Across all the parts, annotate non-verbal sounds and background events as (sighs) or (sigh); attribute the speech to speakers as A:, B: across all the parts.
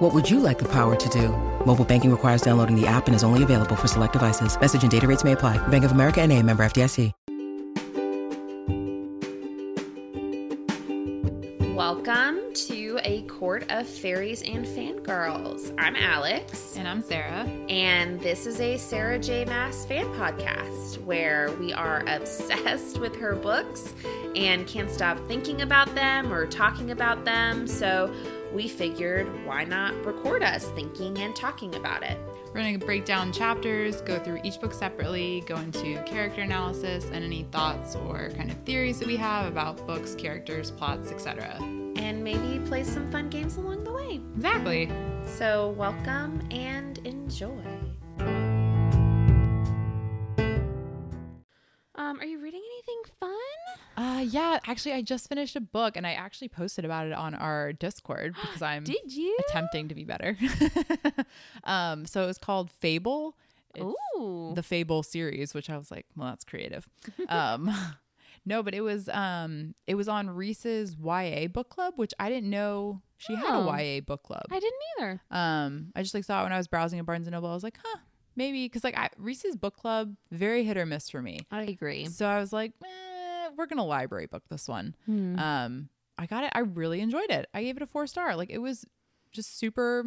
A: What would you like the power to do? Mobile banking requires downloading the app and is only available for select devices. Message and data rates may apply. Bank of America and a member FDIC.
B: Welcome to a court of fairies and fangirls. I'm Alex,
C: And I'm Sarah.
B: and this is a Sarah J. Mass fan podcast where we are (laughs) obsessed with her books and can't stop thinking about them or talking about them. So we figured why not record us thinking and talking about it?
C: We're going to break down chapters, go through each book separately, go into character analysis and any thoughts or kind of theories that we have about books, characters, plots, etc.
B: And maybe play some fun games along the way.
C: Exactly.
B: So welcome and enjoy. Um, are you reading anything fun?
C: Uh yeah, actually I just finished a book and I actually posted about it on our Discord (gasps) because I'm
B: Did you?
C: attempting to be better. (laughs) um so it was called Fable. It's
B: Ooh.
C: the Fable series, which I was like, well, that's
B: (laughs)
C: creative. Um, (laughs) no, but it was um, it was on Reese's YA book club, which I didn't know she
B: Oh.
C: had a YA book club.
B: I didn't either.
C: um, I just like saw it when I was browsing at Barnes and Noble. I was like, huh, maybe because like I, Reese's book club very hit or miss for me.
B: I agree.
C: So I was like, eh, we're gonna library book this one.
B: Mm.
C: Um, I got it. I really enjoyed it. I gave it a four star. Like it was just super.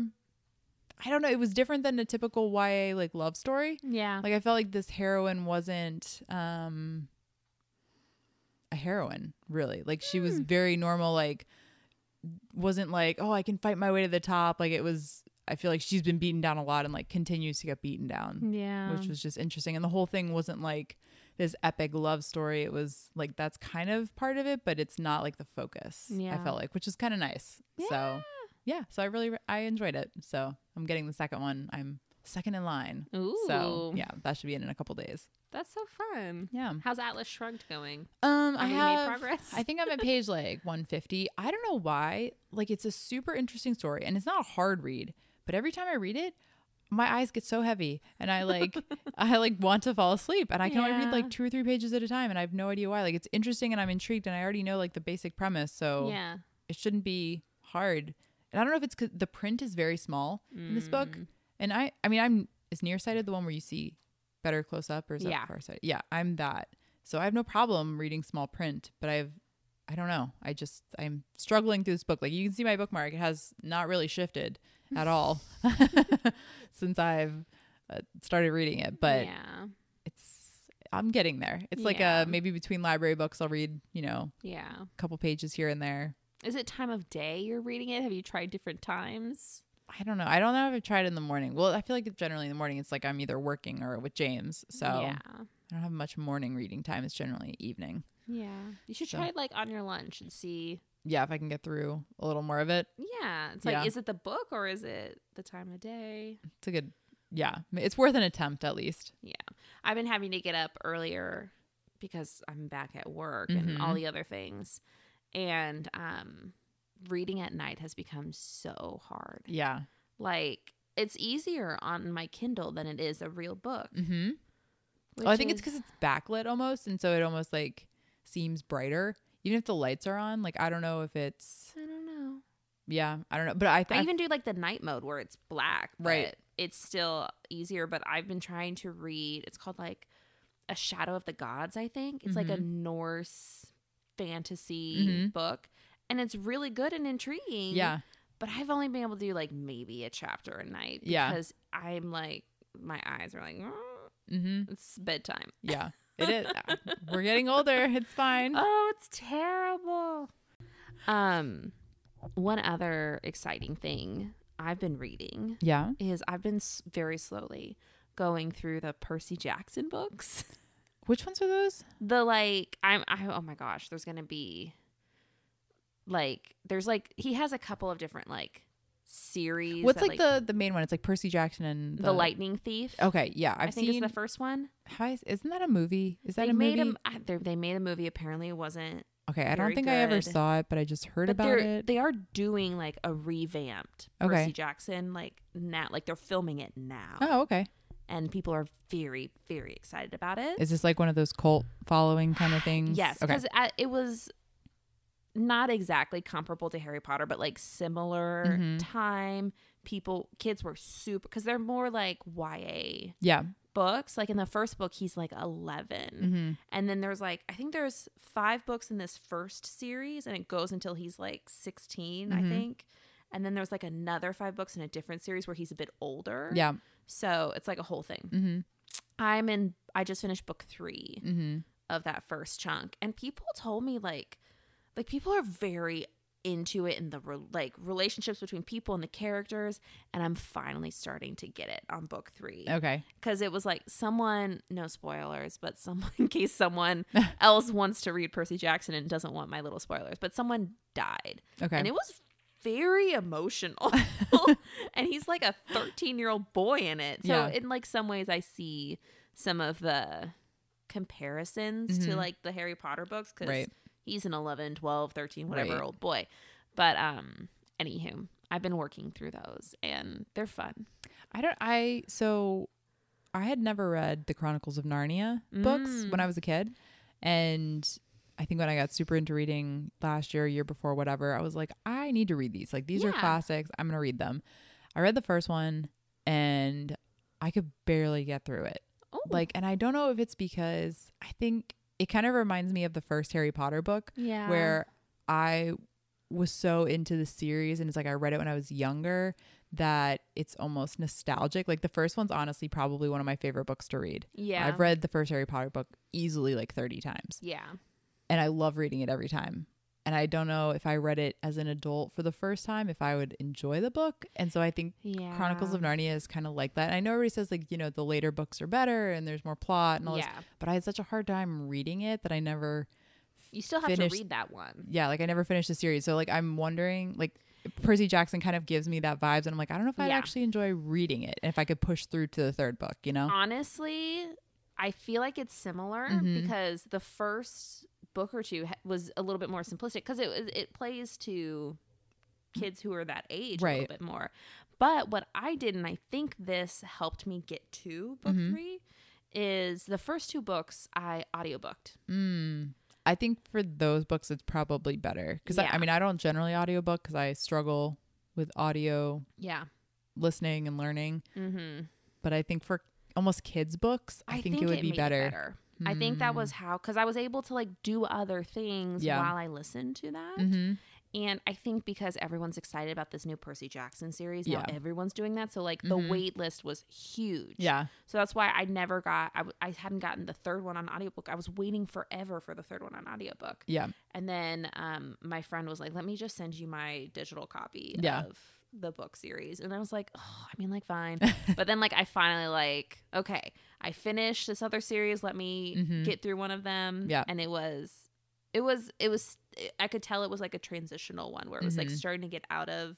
C: I don't know. It was different than a typical YA like love story.
B: Yeah.
C: Like I felt like this heroine wasn't um a heroine, really. Like she
B: Hmm.
C: was very normal, like wasn't like, oh, I can fight my way to the top. Like it was I feel like she's been beaten down a lot and like continues to get beaten down.
B: yeah.
C: Which was just interesting. And the whole thing wasn't like this epic love story. It was like that's kind of part of it, but it's not like the focus.
B: Yeah.
C: I felt like, which is kind of nice. So yeah, so I really I enjoyed it. So I'm getting the second one. I'm second in line.
B: Ooh.
C: So yeah, that should be in in a couple days.
B: That's so fun.
C: Yeah.
B: How's Atlas Shrugged going?
C: Um, I
B: Have we made
C: have.
B: progress?
C: I think I'm at page like 150. I don't know why. Like it's a super interesting story, and it's not a hard read. But every time I read it, my eyes get so heavy, and
B: (laughs)
C: I like, I like want to fall asleep, and I can only
B: Yeah.
C: read like two or three pages at a time, and I have no idea why. Like it's interesting, and I'm intrigued, and I already know like the basic premise, so
B: Yeah.
C: it shouldn't be hard. And I don't know if it's 'cause the print is very small
B: Mm.
C: in this book. And I, I mean, I'm is nearsighted the one where you see better close up or is
B: Yeah.
C: that far sighted? Yeah, I'm that. So I have no problem reading small print, but I've, I don't know. I just I'm struggling through this book. Like you can see my bookmark, it has not really shifted at all (laughs) since I've uh, started reading it. But
B: yeah.
C: it's I'm getting there. It's like
B: Yeah.
C: a maybe between library books, I'll read you know
B: Yeah.
C: a couple pages here and there.
B: Is it time of day you're reading it? Have you tried different times?
C: I don't know. I don't know if I've tried it in the morning. Well, I feel like generally in the morning it's like I'm either working or with James. So
B: Yeah.
C: I don't have much morning reading time. It's generally evening.
B: Yeah. You should
C: So-
B: try it like on your lunch and see.
C: Yeah, if I can get through a little more of it,
B: Yeah. It's like,
C: Yeah.
B: is it the book or is it the time of day?
C: it's a good, yeah, it's worth an attempt at least.
B: Yeah. I've been having to get up earlier because I'm back at work
C: Mm-hmm.
B: and all the other things. And um reading at night has become so hard.
C: Yeah.
B: Like it's easier on my Kindle than it is a real book.
C: Mm-hmm.
B: which
C: Well, I think it's
B: is-
C: because it's backlit almost. And so it almost like seems brighter, even if the lights are on. Like, I don't know if it's,
B: I don't know.
C: yeah, I don't know. But I
B: I,
C: think,
B: even do like the night mode where it's black,
C: Right.
B: but It's still easier, but I've been trying to read. It's called like a Shadow of the Gods. I think it's like a
C: Mm-hmm.
B: Norse fantasy
C: Mhm.
B: book, and it's really good and intriguing.
C: yeah,
B: but I've only been able to do like maybe a chapter a night.
C: Yeah.
B: because I'm like my eyes are like "Mm,
C: mm-hmm.
B: it's bedtime.
C: yeah, it is. (laughs) We're getting older. It's (laughs) fine.
B: Oh, it's terrible. Um, one other exciting thing I've been reading
C: yeah.
B: is I've been s- very slowly going through the Percy Jackson books. (laughs)
C: Which ones are those?
B: The like I'm I oh my gosh, there's going to be like there's like he has a couple of different like series.
C: What's
B: that,
C: like the the main one? It's like Percy Jackson and
B: the, Lightning Thief?
C: Okay, yeah,
B: i
C: I've
B: think
C: seen.
B: it's the first one.
C: how is, isn't that a movie? Is that
B: they
C: a movie?
B: made a m- I- they- they made a movie. Apparently, it wasn't.
C: okay, I don't
B: very
C: think I ever
B: good.
C: saw it, but I just heard
B: but
C: about
B: they're
C: it.
B: they are doing like a revamped
C: Okay.
B: Percy Jackson like now. Like they're filming it now,
C: oh, okay.
B: and people are very very excited about it.
C: Is this like one of those cult following kind of things?
B: Yes,
C: Okay.
B: because it was not exactly comparable to Harry Potter, but like similar
C: Mhm.
B: time. People, kids were super because they're more like YA
C: Yeah.
B: books. Like in the first book, he's like 11.
C: Mm-hmm.
B: And then there's like, I think there's five books in this first series, and it goes until he's like 16, I
C: Mhm.
B: think. And then there's like another five books in a different series where he's a bit older.
C: Yeah.
B: So it's like a whole thing.
C: Mm-hmm.
B: I'm in, I just finished book three
C: Mm-hmm.
B: of that first chunk and people told me like like people are very into it in the re- like relationships between people and the characters and i'm finally starting to get it on book three
C: Okay.
B: because it was like someone no spoilers but someone (laughs) in case
C: (laughs)
B: someone else wants to read percy jackson and doesn't want my little spoilers but someone died
C: Okay.
B: and it was very emotional
C: (laughs)
B: (laughs) and he's like a 13 year old boy in it so
C: Yeah.
B: in like some ways i see some of the comparisons to
C: Mhm.
B: like the harry potter books because
C: Right.
B: he's an 11 12 13 whatever
C: Right.
B: old boy but um anywho i've been working through those and they're fun
C: I don't. I so I had never read the Chronicles of Narnia books when I was a kid, and I think when I got super into reading last year, year before, whatever, I was like, I need to read these. Like these are
B: Yeah.
C: classics. I'm gonna read them. I read the first one, and I could barely get through it.
B: oh
C: Like, and I don't know if it's because I think it kind of reminds me of the first Harry Potter book,
B: yeah
C: where I was so into the series and it's like I read it when I was younger that it's almost nostalgic. Like the first one's honestly probably one of my favorite books to read.
B: yeah
C: I've read the first Harry Potter book easily like 30 times
B: yeah
C: and I love reading it every time. And I don't know if I read it as an adult for the first time if I would enjoy the book. And so I think
B: yeah
C: Chronicles of Narnia is kind of like that. I know everybody says like, you know, the later books are better and there's more plot and all
B: yeah
C: this, but I had such a hard time reading it that I never
B: you still have
C: finished
B: to read that one
C: yeah, like I never finished the series. So like I'm wondering, like Percy Jackson kind of gives me that vibes, and I'm like, I don't know if I'd
B: Yeah.
C: actually enjoy reading it, and if I could push through to the third book, you
B: Um,
C: know?
B: honestly i feel like it's similar
C: Mhm.
B: because the first book or two ha- was a little bit more simplistic because it was it plays to kids who are that age a
C: Right.
B: little bit more but what i did and i think this helped me get to book
C: Mhm.
B: three is the first two books i audiobooked
C: Mm. I think for those books, it's probably better because I,
B: Yeah.
C: I mean, I don't generally audiobook because I struggle with audio
B: yeah
C: listening and learning,
B: mm-hmm.
C: but I think for almost kids books, I, think, it would be
B: made
C: better. Mm.
B: i think that was how because i was able to like do other things
C: Yeah.
B: while i listened to that
C: hmm
B: And I think because everyone's excited about this new Percy Jackson series, now
C: Yeah.
B: everyone's doing that. So like the
C: Mhm.
B: wait list was huge.
C: Yeah,
B: So that's why I never got I, w- I hadn't gotten the third one on audiobook. I was waiting forever for the third one on audiobook.
C: yeah,
B: And then um my friend was like, "Let me just send you my digital copy
C: Yeah.
B: of the book series." And I was like, "Oh, I mean like fine." (laughs) but then like I finally like, "Okay, I finished this other series. Let me
C: Mhm.
B: get through one of them."
C: Yeah.
B: And it was it was it was I could tell it was like a transitional one where it was
C: Mhm.
B: like starting to get out of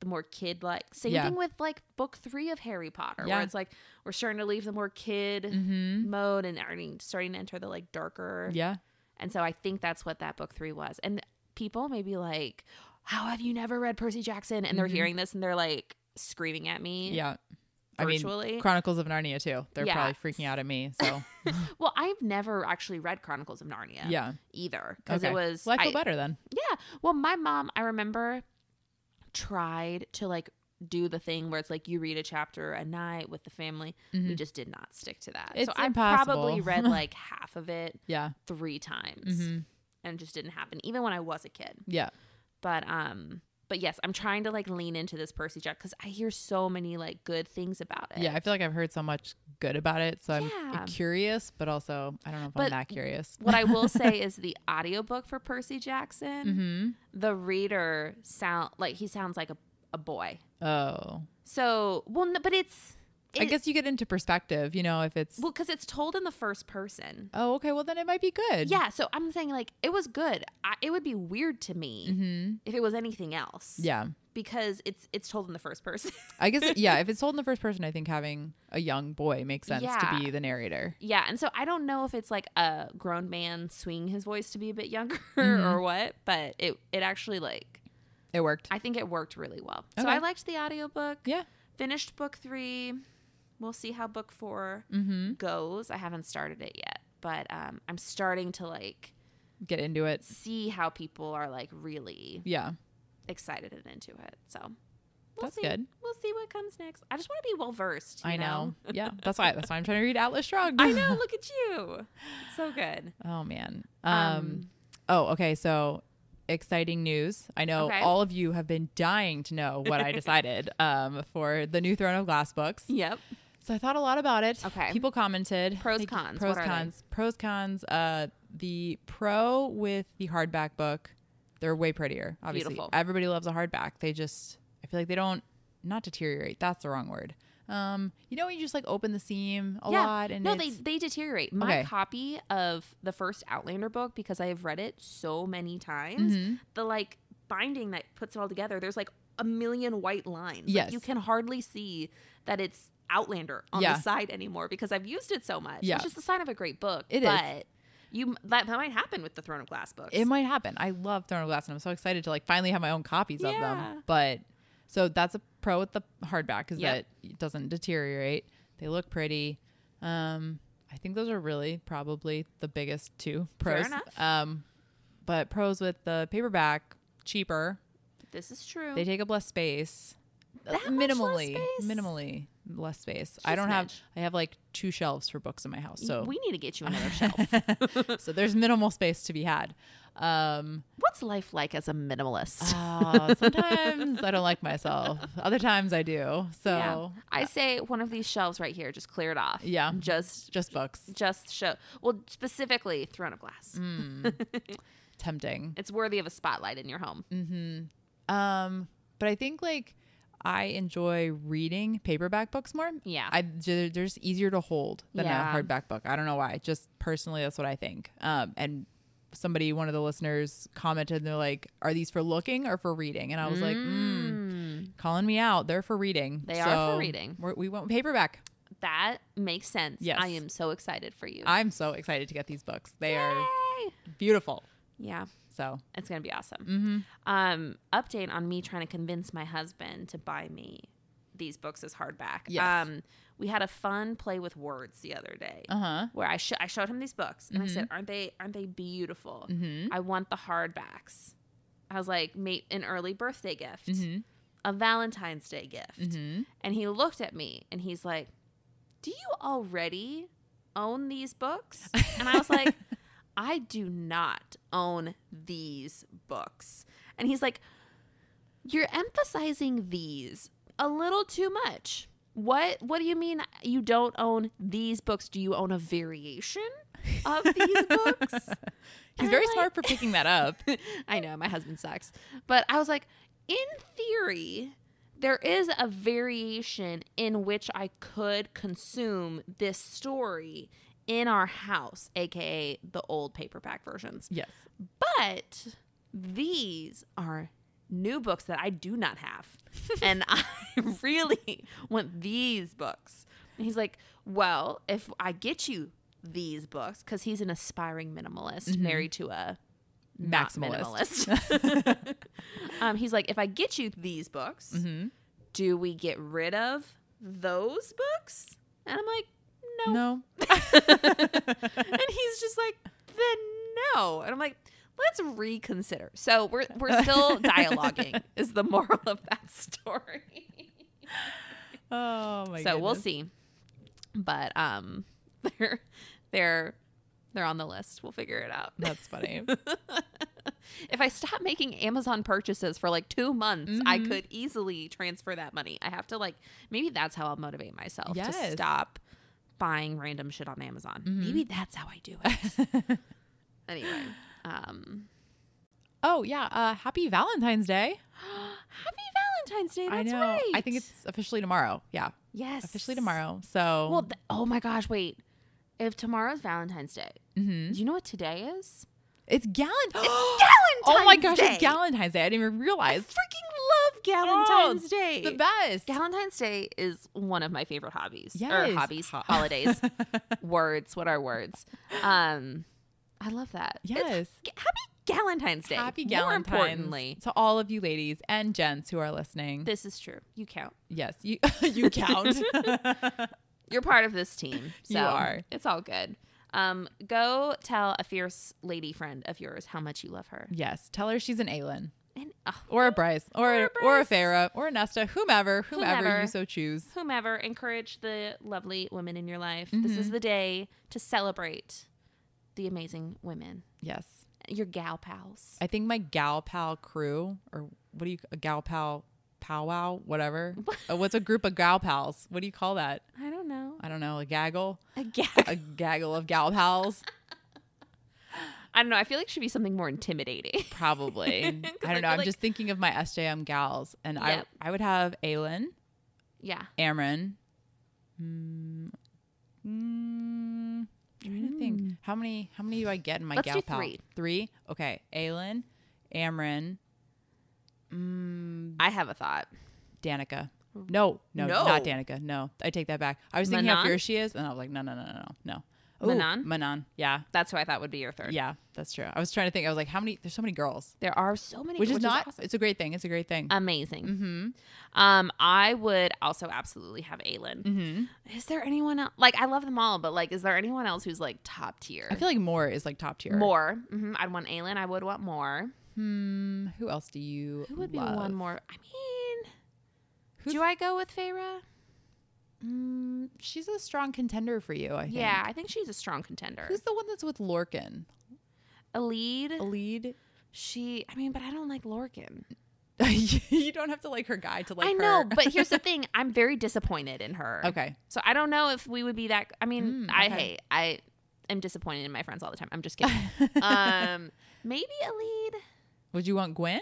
B: the more kid like same
C: Yeah.
B: thing with like book 3 of Harry Potter
C: Yeah.
B: where it's like we're starting to leave the more kid
C: hmm
B: mode and I mean, starting to enter the like darker
C: yeah.
B: and so I think that's what that book three was. And people may be like, How have you never read Percy Jackson? And they're
C: Mhm.
B: hearing this and they're like screaming at me.
C: Yeah. I mean,
B: Virtually.
C: Chronicles of Narnia too. They're
B: Yeah.
C: probably freaking out at me.
B: (laughs)
C: So
B: well, I've never actually read Chronicles of Narnia
C: yeah,
B: either. Because
C: Okay.
B: it was
C: well, I feel
B: I-
C: better then.
B: Yeah. Well, my mom, I remember tried to like do the thing where it's like you read a chapter a night with the family. We
C: Mhm.
B: just did not stick to that.
C: It's
B: so I probably
C: impossible. (laughs)
B: read like half of it
C: Yeah.
B: three times
C: hmm
B: and it just didn't happen, even when I was a kid.
C: Yeah.
B: but um but yes i'm trying to like lean into this percy jack because i hear so many like good things about it
C: Yeah. I feel like I've heard so much good about it. So I'm
B: Yeah.
C: curious, but also I don't know if
B: But
C: I'm that curious.
B: what i will
C: (laughs)
B: say is the audiobook for percy jackson
C: hmm
B: the reader sound like he sounds like a, a boy
C: Oh.
B: so well no, but it's
C: I
B: it-
C: guess you get into perspective, you know, if it's
B: Well, because it's told in the first person.
C: oh okay, well then it might be good.
B: Yeah, so I'm saying like it was good. I, it would be weird to me
C: Mm-hmm.
B: if it was anything else.
C: Yeah.
B: because it's it's told in the first person. (laughs)
C: I guess yeah, if it's told in the first person, I think having a young boy makes sense
B: Yeah.
C: to be the narrator.
B: yeah, and so I don't know if it's like a grown man swinging his voice to be a bit younger (laughs)
C: Mhm.
B: or what, but it it actually like
C: It worked.
B: I think it worked really well. So
C: Okay.
B: I liked the audiobook.
C: yeah.
B: Finished book 3. We'll see how book 4
C: Mm-hmm.
B: goes. I haven't started it yet, but um I'm starting to like
C: Get into it.
B: see how people are like really
C: Yeah.
B: excited and into it. So we'll
C: That's
B: see.
C: good.
B: We'll see what comes next. I just want to be well versed.
C: I know.
B: (laughs)
C: yeah. That's why that's why I'm trying to read Atlas Shrugged.
B: I
C: (laughs)
B: know. Look at you. So good.
C: Oh man. Um,
B: Um,
C: oh, okay, so exciting news. I know
B: Okay.
C: all of you have been dying to know
B: (laughs)
C: what I decided um for the new Throne of Glass books.
B: Yep.
C: So I thought a lot about it.
B: Okay.
C: People commented.
B: Pros,
C: Like,
B: cons.
C: Pros
B: What are they?
C: cons. Pros cons. Uh, the pro with the hardback book, they're way prettier. Obviously,
B: Beautiful.
C: everybody loves a hardback. They just, I feel like they don't not deteriorate. That's the wrong word. Um, you know, when you just like open the seam a lot and
B: no,
C: it's,
B: they they deteriorate. My
C: Okay.
B: copy of the first Outlander book because I have read it so many times.
C: Mhm.
B: The like binding that puts it all together. There's like a million white lines. Like,
C: Yes.
B: you can hardly see that it's Outlander on
C: Yeah.
B: the side anymore because I've used it so much.
C: Yeah.
B: which is the sign of a great book.
C: It is.
B: but you that, that might happen with the Throne of Glass books.
C: it might happen. I love Throne of Glass, and I'm so excited to like finally have my own copies of
B: Yeah.
C: them. But so that's a pro with the hardback is
B: Yep.
C: that it doesn't deteriorate. They look pretty. Um, I think those are really probably the biggest two
B: Fair
C: pros.
B: enough.
C: Um, but pros with the paperback cheaper.
B: This is true.
C: They take up less space. Uh,
B: That much less
C: minimally,
B: space?
C: minimally less space. I
B: Just
C: don't have.
B: smidge.
C: I have like two shelves for books in my house, so (laughs)
B: we need to get you another shelf.
C: so there's minimal space to be had. Um,
B: What's life like as a minimalist?
C: Oh, sometimes I don't like myself. Other times I do. So
B: Yeah. I say one of these shelves right here, just clear it off.
C: Yeah.
B: Just
C: just books.
B: just show well, specifically Throne of Glass.
C: Mm. Tempting.
B: It's worthy of a spotlight in your home.
C: Mm. Um, but I think like I enjoy reading paperback books more.
B: Yeah.
C: I they're they're just easier to hold than
B: Yeah.
C: a hardback book. I don't know why. Just personally, that's what I think. Um, and somebody, one of the listeners, commented, and they're like, "Are these for looking or for reading?" And I was like, mm,
B: Hmm.
C: "Calling me out. They're for reading.
B: They are for
C: So
B: reading.
C: we're- We want paperback.
B: That makes sense.
C: Yes.
B: I am so excited for you.
C: I'm so excited to get these books. They are
B: Yay.
C: beautiful.
B: Yeah.
C: So
B: It's gonna be awesome.
C: Mm. Mm-hmm.
B: Um, update on me trying to convince my husband to buy me these books as hardback.
C: Yes.
B: Um, we had a fun play with words the other day.
C: Uh huh.
B: where I, sho- I showed him these books and I said, "Aren't they aren't they beautiful? I want the hardbacks." I was like, "Mate, an early birthday gift, a Valentine's Day gift."
C: Mm-hmm.
B: And he looked at me and he's like, "Do you already own these books?" And I was
C: (laughs)
B: like, "I do not own these books." And he's like, "You're emphasizing these a little too much." What what do you mean you don't own these books? Do you own a variation of
C: (laughs)
B: these books?
C: He's
B: And
C: very
B: I'm like-
C: smart for picking that (laughs) up.
B: I know my husband sucks, but I was like, in theory, there is a variation in which I could consume this story in our house, aka the old paperback versions.
C: yes.
B: But these are new books that I do not have. and I (laughs) really want these books. And he's like, Well, if I get you these books, because he's an aspiring minimalist married to a not
C: Maximalist.
B: minimalist. (laughs) um, he's like, If I get you these books, do we get rid of those books? And I'm like, No,
C: No.
B: (laughs) and he's just like, then no. And I'm like, let's reconsider. So we're we're still dialoguing is the moral of that story.
C: (laughs) Oh my.
B: so we'll
C: goodness.
B: see. But um (laughs) they're they're they're on the list. We'll figure it out.
C: That's (laughs) funny.
B: if I stop making Amazon purchases for like two months, I
C: Mm-hmm.
B: could easily transfer that money. I have to like maybe that's how I'll motivate myself to
C: Yes. Mm-hmm.
B: stop buying random shit on Amazon. Maybe that's how I do it.
C: (laughs)
B: anyway, um, (gasps)
C: oh yeah. Uh, happy Valentine's Day.
B: happy Valentine's Day. That's
C: I know.
B: right.
C: I think it's officially tomorrow. Yeah.
B: yes,
C: Officially tomorrow. So
B: Well, th- oh my gosh, wait. If tomorrow's Valentine's Day,
C: mhm.
B: do you know what today is?
C: it's (gasps) Galent.
B: Galentine's
C: oh my gosh,
B: Day.
C: it's Galentine's Day. I didn't even realize.
B: Freaking love Galentine's Day.
C: Oh, The best.
B: Galentine's Day is one of my favorite hobbies.
C: Yes.
B: Or hobbies,
C: (laughs) Ho-
B: holidays, words. What are words? Um, I love that. It's-
C: yes.
B: g- happy Galentine's Day.
C: Happy
B: More
C: Galentine's
B: importantly,
C: to all of you ladies and gents who are listening.
B: this is true. You count.
C: yes, you (laughs) you count. (laughs)
B: You're part of this team. So
C: You are.
B: It's all good. Um, go tell a fierce lady friend of yours how much you love her.
C: yes, tell her she's an Aelin
B: And oh,
C: or a Bryce or
B: Or
C: or
B: a
C: a, or
B: Bryce.
C: Farah or a Nesta, whomever, whomever,
B: Whomever.
C: you so choose.
B: whomever, encourage the lovely women in your life. This
C: Mm-hmm.
B: is the day to celebrate the amazing women,
C: Yes,
B: your gal pals.
C: I think my gal pal crew or what do you a gal pal powwow
B: (laughs)
C: whatever. Uh, What's a group of gal pals? What do you call that?
B: I don't know.
C: I don't know. A gaggle,
B: A gal.
C: a gaggle of gal pals.
B: (laughs) I don't know. I feel like it should be something more intimidating. (laughs)
C: Probably. I
B: 'Cause I
C: don't know.
B: feel
C: I'm
B: like-
C: just thinking of my SJM gals, and
B: Yep.
C: I I would have Aelin,
B: yeah.
C: Amron. Mm, mm, trying to think, how many how many do I get in my
B: Let's
C: gal
B: do
C: pal?
B: three.
C: Three. Okay, Aelin, Amron, mm,
B: I have a thought.
C: Danica. No, no,
B: No.
C: not Danica. No, I take that back. I was thinking how
B: Manon?
C: fierce she is, and I was like, no, no, no, no, no, no. Ooh,
B: Manon?
C: Manon. Yeah,
B: That's who I thought would be your third.
C: yeah, that's true. I was trying to think. I was like, how many? There's so many girls,
B: There are so many
C: which, is not.
B: awesome. Uh,
C: It's a great thing. It's a great thing.
B: amazing.
C: mm-hmm.
B: Um, I would also absolutely have Aylin.
C: Mm-hmm.
B: Is there anyone else? Like, I love them all, but like, is there anyone else who's like top tier?
C: I feel like more is like top tier.
B: more. hmm I'd want Aylin. I would want more.
C: Hmm. Who else do you?
B: Who would be
C: love?
B: one more? I mean,
C: Who's-
B: do I go with Feyre?
C: Mm, she's a strong contender for you. I think.
B: Yeah, I think she's a strong contender.
C: Who's the one that's with Lorcan?
B: a lead?
C: (laughs) Lead.
B: She. I mean, but I don't like Lorcan.
C: you don't have to like her guy to like.
B: I know,
C: her.
B: but here's the thing: I'm very disappointed in her.
C: (laughs) okay.
B: So I don't know if we would be that. I mean,
C: Mm,
B: I
C: okay.
B: hate. I am disappointed in my friends all the time. I'm just
C: (laughs)
B: kidding.
C: Uh,
B: um, maybe a lead.
C: Would you want Gwen?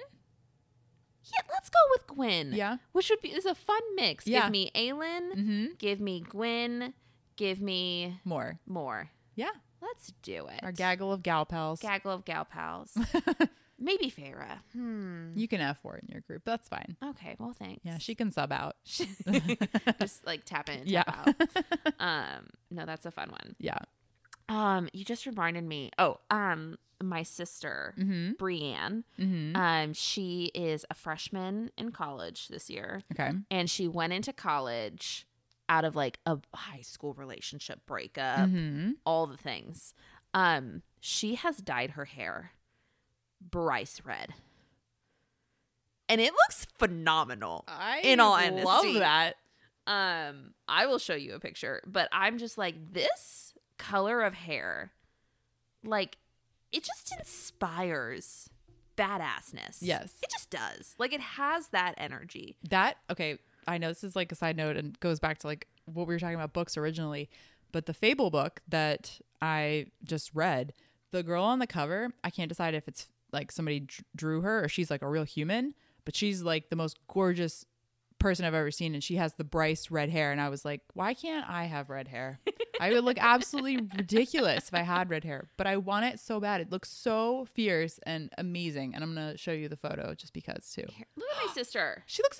B: Yeah, let's go with Gwen.
C: Yeah.
B: which would be is a fun mix.
C: Yeah.
B: Give me Aelin.
C: Mm-hmm.
B: Give me Gwen. Give me
C: More.
B: more.
C: Yeah.
B: Let's do it.
C: Our gaggle of gal pals.
B: gaggle of gal
C: (laughs)
B: pals. maybe Farah. Hmm.
C: you can have four in your group. That's fine.
B: Okay. Well, thanks.
C: Yeah, she can sub out.
B: (laughs)
C: (laughs)
B: just like tap in. And
C: Yeah.
B: Tap
C: (laughs)
B: out. um. No, that's a fun one.
C: yeah.
B: Um, you just reminded me. Oh, um, my sister
C: Mm-hmm.
B: Brienne.
C: Mm-hmm.
B: Um, she is a freshman in college this year,
C: okay.
B: and she went into college out of like a high school relationship breakup,
C: mm-hmm.
B: all the things. Um, she has dyed her hair Bryce red, and it looks phenomenal.
C: I
B: in all
C: love
B: honesty.
C: that.
B: Um, I will show you a picture, but I'm just like this color of hair, like it just inspires badassness.
C: Yes.
B: it just does. Like it has that energy.
C: That okay, I know this is like a side note and goes back to like what we were talking about books originally, but the Fable book that I just read, the girl on the cover, I can't decide if it's like somebody d- drew her or she's like a real human, but she's like the most gorgeous person I've ever seen and she has the Bryce red hair and I was like, why can't I have red hair? I would look absolutely ridiculous if I had red hair, but I want it so bad. It looks so fierce and amazing and I'm going to show you the photo just because too.
B: Here- Look at
C: (gasps)
B: my sister.
C: She looks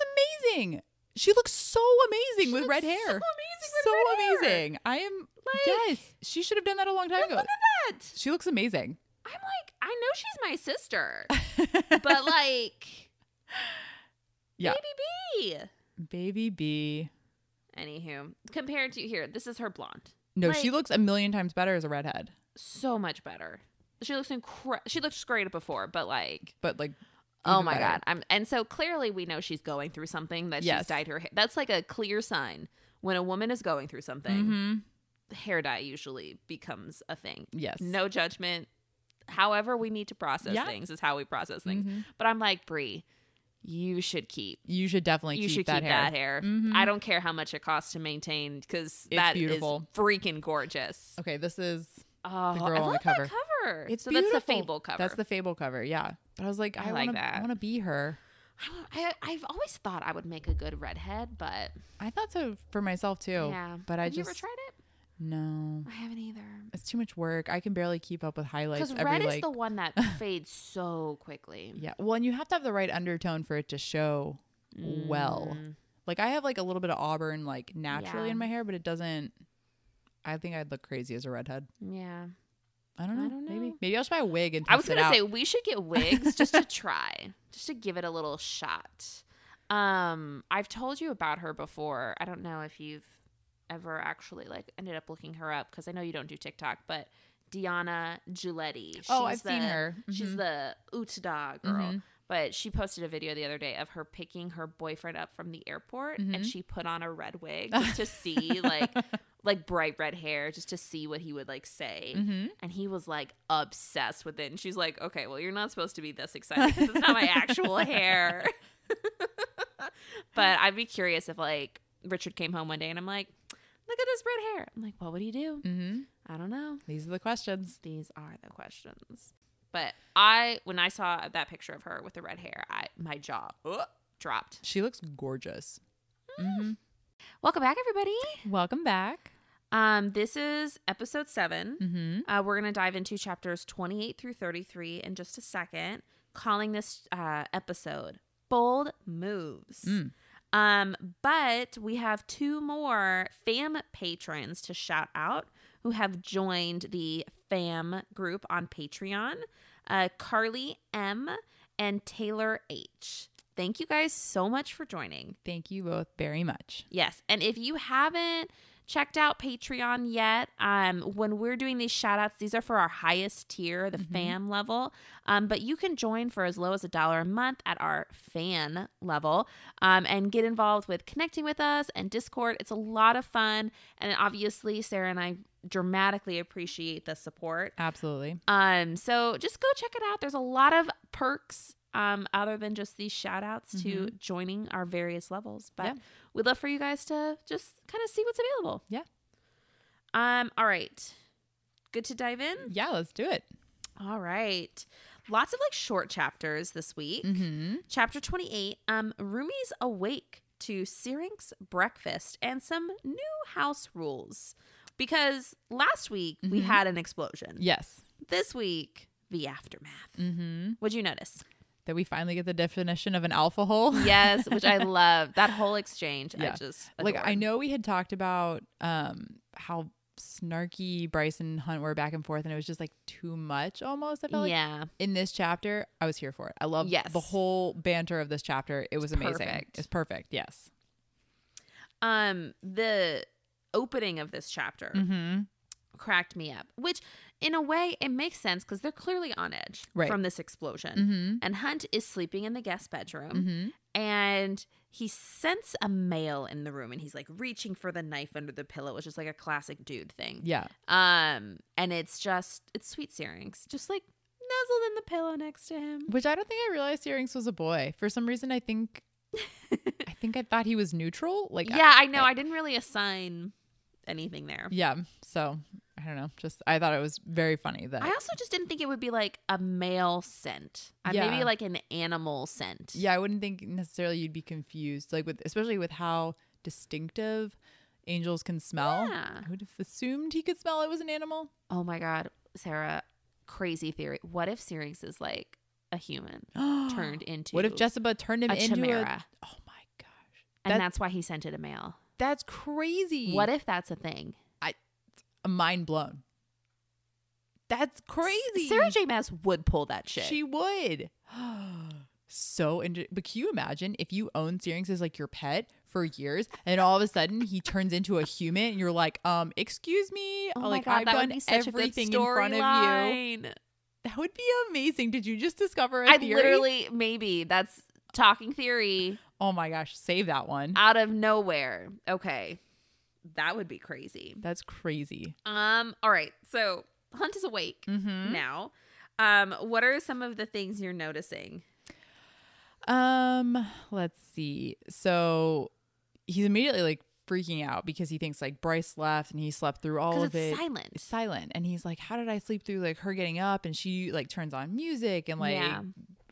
C: amazing. She looks so amazing
B: She
C: with
B: looks
C: red
B: so
C: hair.
B: amazing with
C: So
B: red hair.
C: amazing. I am
B: Like-
C: yes. She should have done that a long time
B: Look (laughs)
C: ago.
B: at that.
C: She looks amazing.
B: I'm like, I know she's my
C: (laughs)
B: sister, but like,
C: Yeah.
B: baby B.
C: Baby B.
B: Anywho, compared to here, this is her blonde.
C: No, she
B: Like-
C: looks a million times better as a redhead.
B: So much better. She looks incre- She looks great before, but like,
C: But like
B: Oh
C: even
B: my
C: better.
B: god! I'm and so clearly we know she's going through something that she's
C: Yes.
B: dyed her hair. That's like a clear sign when a woman is going through something.
C: Mhm.
B: Hair dye usually becomes a thing.
C: Yes.
B: No judgment. However, we need to process
C: Yeah.
B: things is how we process things.
C: Mhm.
B: But I'm like Brie, you should keep.
C: You should definitely
B: you
C: keep,
B: should
C: that,
B: keep
C: hair.
B: that hair.
C: Mhm.
B: I don't care how much it costs to maintain because that is
C: beautiful.
B: freaking gorgeous.
C: Okay, this is
B: Oh, I
C: girl on the
B: love
C: cover.
B: that cover.
C: it's
B: so
C: beautiful.
B: that's the fable cover.
C: That's the fable cover. Yeah. But I was like,
B: I
C: I,
B: like
C: want to
B: that.
C: I want to be her.
B: I, don't- I, I've always thought I would make a good redhead, but
C: I thought so for myself too.
B: yeah.
C: But I
B: Have
C: just
B: you ever tried it?
C: no.
B: I haven't either.
C: It's too much work. I can barely keep up with highlights.
B: Because
C: Every,
B: red is
C: like,
B: the one
C: (laughs)
B: that fades so quickly.
C: Yeah. Well, and you have to have the right undertone for it to show well.
B: Mm.
C: Like I have like a little bit of auburn like naturally
B: Yeah.
C: in my hair, but it doesn't I think I'd look crazy as a redhead.
B: Yeah.
C: I don't know.
B: don't
C: Maybe
B: know.
C: maybe I'll just buy a wig and
B: I was
C: test it
B: gonna
C: out.
B: say we should get wigs just
C: (laughs)
B: to try, just to give it a little shot. Um, I've told you about her before. I don't know if you've ever actually like ended up looking her up because I know you don't do TikTok, but Diana Giuletti.
C: Oh,
B: She's
C: I've seen
B: the-
C: her.
B: She's
C: Mhm.
B: the Utada girl.
C: Mhm.
B: But she posted a video the other day of her picking her boyfriend up from the airport, and
C: Mhm.
B: she put on a red wig just to see, like, like bright red hair, just to see what he would like say.
C: Mhm.
B: And he was like obsessed with it. And she's like, okay, well, you're not supposed to be this excited because it's not my actual hair. (laughs) but I'd be curious if like Richard came home one day and I'm like, look at this red hair. I'm like, what would he do?
C: Mhm.
B: I don't know.
C: These are the questions.
B: These are the questions. But I, when I saw that picture of her with the red hair, I my jaw uh, dropped.
C: She looks gorgeous.
B: Mm.
C: Mhm.
B: Welcome back, everybody.
C: Welcome back.
B: Um, this is episode 7
C: Mhm.
B: Uh, we're going to dive into chapters 28 through 33 in just a second, calling this uh, episode Bold Moves.
C: Mm.
B: Um, but we have two more FAM patrons to shout out who have joined the FAM group on Patreon uh, Carly M. and Taylor H. Thank you guys so much for joining.
C: Thank you both very much.
B: Yes. And if you haven't checked out Patreon yet, um, when we're doing these shout outs, these are for our highest tier, the fam level. Um, but you can join for as low as a dollar a month at our fan level um, and get involved with connecting with us and Discord. It's a lot of fun. And obviously, Sarah and I dramatically appreciate the support.
C: Absolutely.
B: Um, so just go check it out. There's a lot of perks um, other than just these shout outs to joining our various levels. But
C: Mm-hmm. Yeah.
B: we'd love for you guys to just kind of see what's available.
C: Yeah.
B: Um, all right. Good to dive in.
C: Yeah, let's do it.
B: All right. Lots of like short chapters this week.
C: Mhm.
B: Chapter 28 um, Roomies Awake to Syrinx Breakfast and some new house rules. Because last week we
C: Mhm.
B: had an explosion.
C: Yes.
B: This week, the aftermath.
C: Mhm.
B: What'd you notice?
C: That we finally get the definition of an alpha (laughs) hole.
B: Yes, which (laughs) I love. That whole exchange, I
C: Yeah.
B: just
C: like I
B: adored.
C: know we had talked about um how snarky Bryce and Hunt were back and forth and it was just like too much almost. I felt like
B: yeah,
C: in this chapter, I was here for it. I love
B: Yes.
C: the whole banter of this chapter. It was amazing.
B: perfect.
C: It's perfect. Yes.
B: um, the opening of this chapter
C: Mm-hmm.
B: cracked me up. Which, in a way, it makes sense because they're clearly on edge
C: Right.
B: from this explosion.
C: Mm-hmm.
B: And um, Hunt is sleeping in the guest bedroom,
C: Mm-hmm.
B: and he scents a male in the room, and he's like reaching for the knife under the pillow, which is like a classic dude thing.
C: Yeah.
B: Um, and it's just it's sweet syrinx, just like nuzzled in the pillow next to him.
C: Which I don't think I realized Earrings was a boy. For some reason
B: (laughs)
C: I think I think I thought he was neutral. Like I-
B: yeah, I know. I didn't really assign anything there.
C: yeah. So I don't know. Just I thought it was very funny that
B: I also just didn't think it would be like a male scent. Uh, Maybe
C: Yeah.
B: like an animal scent.
C: Yeah, I wouldn't think necessarily you'd be confused, like with especially with how distinctive angels can smell.
B: Yeah.
C: I would have assumed he could smell it was an animal.
B: Oh my God, Sarah, crazy theory. What if Syrinx is like a
C: (gasps)
B: human (gasps) turned into
C: What if Jessica turned him
B: a
C: into
B: chimera.
C: a? Oh my gosh,
B: and
C: that-
B: that's why he scented a male?
C: that's crazy.
B: What if that's a thing?
C: Mind blown. That's
B: S-
C: crazy.
B: Sarah J. Maas would pull that shit.
C: She would. (gasps) so, and but can you imagine if you own Syrinx as like your pet for years, and all of a sudden he turns into a human, and you're like, um, excuse me,
B: Oh my
C: like
B: God,
C: I've
B: that would
C: done
B: be such a good
C: everything in front of you.
B: storyline.
C: That would be amazing. Did you just discover a
B: I
C: theory?
B: literally, maybe that's talking theory.
C: oh my gosh, save that one.
B: out of nowhere. Okay. That would be crazy.
C: That's crazy.
B: Um all right. So Hunt is awake
C: Mm-hmm.
B: now. Um what are some of the things you're noticing?
C: Um, let's see. So he's immediately like freaking out because he thinks like Bryce left and he slept through all
B: Cuz
C: of
B: it's
C: it.
B: silent.
C: It's silent. And he's like, How did I sleep through like her getting up? And she like turns on music and like
B: Yeah.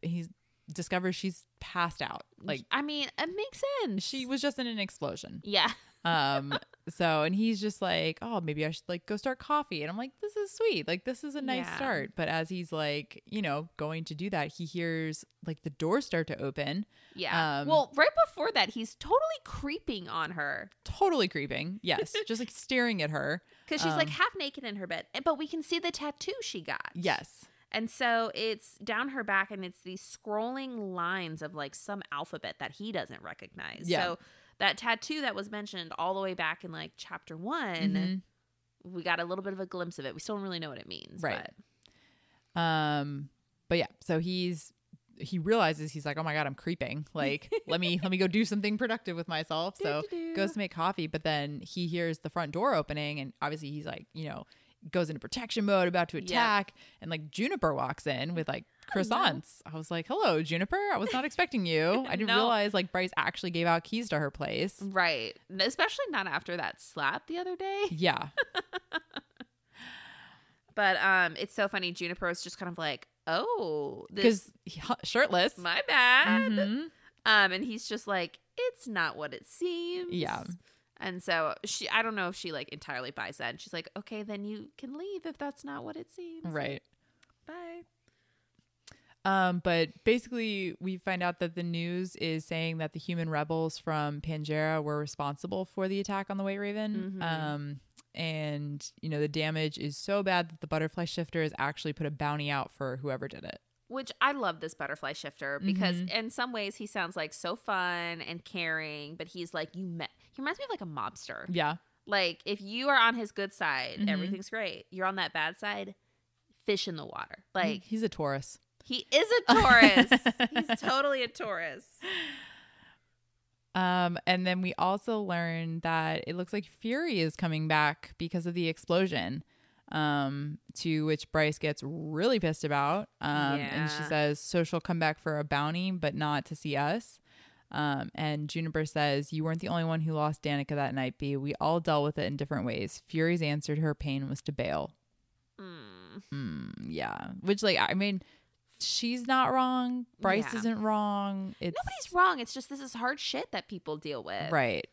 C: he's discovers she's passed out. Like
B: I mean, it makes sense.
C: she was just in an explosion.
B: yeah.
C: Um so and he's just like, "Oh, maybe I should like go start coffee." And I'm like, "This is sweet. Like this is a nice
B: Yeah.
C: start." But as he's like, you know, going to do that, he hears like the door start to open,
B: Yeah.
C: Um,
B: well, right before that, he's totally creeping on her
C: totally creeping. Yes, just like staring at her.
B: because she's like
C: Um,
B: half naked in her bed, and- but we can see the tattoo she got.
C: Yes.
B: And so it's down her back and it's these scrolling lines of like some alphabet that he doesn't recognize.
C: Yeah.
B: So that tattoo that was mentioned all the way back in like chapter one,
C: Mhm.
B: we got a little bit of a glimpse of it. We still don't really know what it means.
C: Right. Um but yeah, so he's he realizes he's like, "Oh my god, I'm
B: (laughs)
C: creeping. Like, let me let me go do something productive with myself." So
B: Doo-doo-doo.
C: goes to make coffee, but then he hears the front door opening and obviously he's like, you know, goes into protection mode about to
B: Yep. Oh,
C: attack and like Juniper walks in with like croissants. I was like, "Hello, Juniper. I was not
B: (laughs)
C: expecting you. I didn't
B: No. Mm.
C: realize like Bryce actually gave out keys to her place."
B: But, right. Especially not after that slap the other
C: (laughs)
B: day.
C: Yeah.
B: But um, it's so funny. Juniper was just kind of like, oh, this
C: Cuz shirtless.
B: my bad.
C: Mhm.
B: Um, and he's just like, it's not what it seems.
C: Yeah.
B: And so she, I don't know if she like entirely buys that. And she's like, okay, then you can leave if that's not what it seems.
C: Right.
B: Bye.
C: Um, but basically, we find out that the news is saying that the human rebels from Pangera were responsible for the attack on the White Raven.
B: Mhm.
C: Um, and you know the damage is so bad that the Butterfly Shifter has actually put a bounty out for whoever did it.
B: Which I love this butterfly shifter because
C: Mm-hmm.
B: in some ways he sounds like so fun and caring, but he's like, you met, he reminds me of like a mobster.
C: Yeah,
B: Like if you are on his good side,
C: Mhm.
B: everything's great. You're on that bad side, fish in the water. Like
C: he's a Taurus.
B: he is a Taurus. he's totally a Taurus.
C: Um, and then we also learned that it looks like Fury is coming back because of the explosion. Um, to which Bryce gets really pissed about. Um, and she
B: Yeah.
C: says, So she'll come back for a bounty, but not to see us. Um, and Juniper says, You weren't the only one who lost Danica that night, B. We all dealt with it in different ways. Fury's answer to her pain was to bail.
B: Mm.
C: Mm, yeah. Which, like, I mean, she's not wrong. Bryce
B: Yeah.
C: isn't wrong. It's
B: Nobody's wrong. It's just this is hard shit that people deal with.
C: right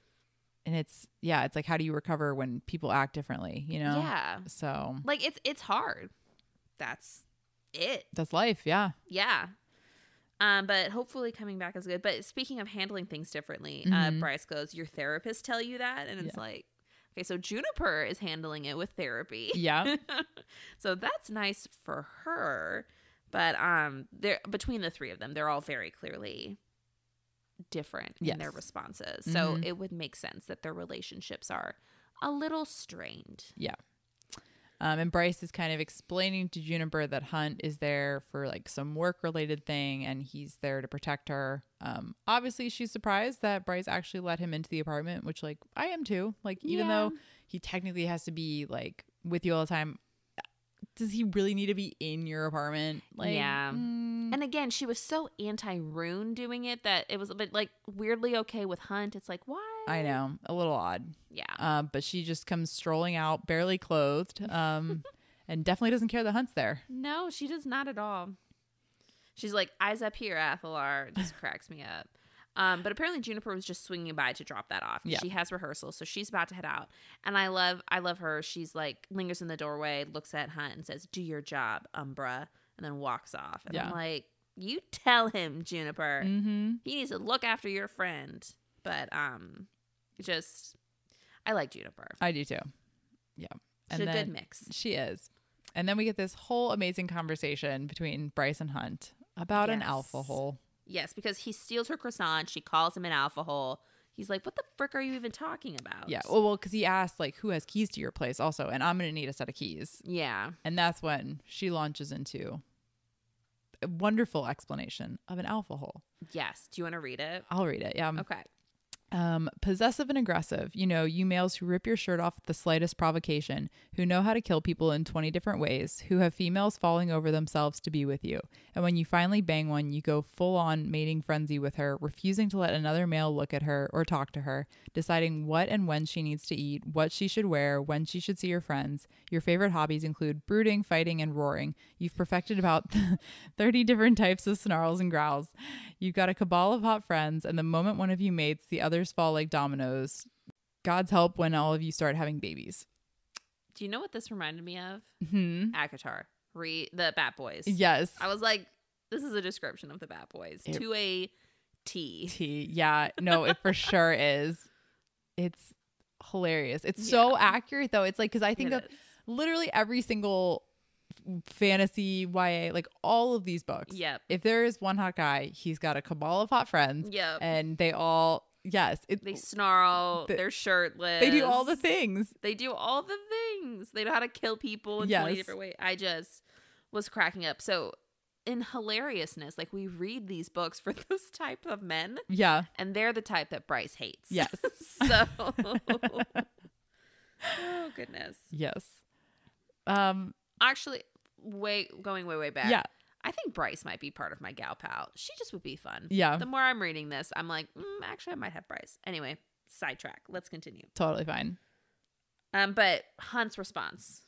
C: and it's yeah it's like how do you recover when people act differently you know
B: Yeah.
C: so
B: Like it's it's hard. That's it.
C: that's life
B: (laughs)
C: yeah
B: Yeah. Um, but hopefully coming back is good. But speaking of handling things differently, uh,
C: Mhm.
B: Bryce goes, "Your therapist tell you that," and it's like, okay, so Juniper is handling it with therapy.
C: yeah
B: (laughs) so that's nice for her. But um, they're between the three of them, they're all very clearly different in their
C: Yes.
B: responses. So
C: Mhm.
B: it would make sense that their relationships are a little strained.
C: um, and bryce is kind of explaining to juniper that hunt is there for like some work related thing and he's there to protect her um, obviously she's surprised that bryce actually let him into the apartment which like i am too like even
B: Yeah.
C: though he technically has to be like with you all the time does he really need to be in your apartment like
B: Yeah.
C: mm,
B: And again, she was so anti Rune doing it that it was, but like weirdly okay with Hunt. It's like why?
C: i know a little odd
B: Yeah.
C: Um, but she just comes strolling out, barely clothed,
B: (laughs)
C: um, and definitely doesn't care that Hunt's there.
B: No, she does not at all. She's like eyes up here, Athalar. It (laughs) Just cracks me up. Um, but apparently Juniper was just swinging by to drop that off.
C: Yeah.
B: She has rehearsal, so she's about to head out. And I love, I love her. She's like lingers in the doorway, looks at Hunt, and says, "Do your job, Umbra," and then walks off. And I'm
C: Yeah.
B: like, "You tell him, Juniper."
C: Mm-hmm.
B: he needs to look after your friend. But um, just I like Juniper.
C: I do too. Yeah,
B: She's
C: and
B: a
C: then
B: good mix.
C: she is. And then we get this whole amazing conversation between Bryce and Hunt about an
B: Yes.
C: alpha hole.
B: Yes, because he steals her croissant. She calls him an alpha hole. He's like, "What the frick are you even talking about?"
C: Yeah. Well, well, because he asked like, who has keys to your place also, and I'm gonna need a set of keys.
B: yeah,
C: And that's when she launches into a wonderful explanation of an alpha hole.
B: yes. Do you want to read it?
C: Mm. I'll read it. Yeah.
B: Okay.
C: Um, possessive and aggressive, you know, you males who rip your shirt off at the slightest provocation, who know how to kill people in 20 different ways, who have females falling over themselves to be with you. And when you finally bang one, you go full on mating frenzy with her, refusing to let another male look at her or talk to her, deciding what and when she needs to eat, what she should wear, when she should see her friends. Your favorite hobbies include brooding, fighting, and roaring. You've perfected about (laughs) 30 different types of snarls and growls. You've got a cabal of hot friends, and the moment one of you mates, the others fall like dominoes. God's help when all of you start having babies.
B: Do you know what this reminded me of?
C: Hmm.
B: Akatar, re the Bat Boys.
C: Yes.
B: Mm-hmm. I was like, this is a description of the Bat Boys
C: It-
B: to a T.
C: T. Yeah. No, it for sure is. It's hilarious. It's so accurate though. It's like because I think
B: It
C: of
B: is.
C: literally every single f- fantasy YA, like all of these books. (laughs)
B: Yep.
C: If there is one hot guy, he's got a cabal of hot friends,
B: Yep.
C: and they all yes, it,
B: they snarl.
C: They-
B: they're shirtless.
C: they do all the things.
B: They do all the things. They know how to kill people in 20
C: Yes.
B: different ways. I just was cracking up. So, in hilariousness, like we read these books for (laughs) those type of men,
C: Yeah.
B: and they're the type that Bryce hates.
C: Yes.
B: (laughs) so, oh goodness.
C: Yes. Um.
B: Actually, way going way way back.
C: Yeah.
B: I think Bryce might be part of my gal pal. She just would be fun.
C: Yeah.
B: The more I'm reading this, I'm like, mm, actually, I might have Bryce. Anyway, sidetrack. Let's continue.
C: Totally fine.
B: Um, but Hunt's response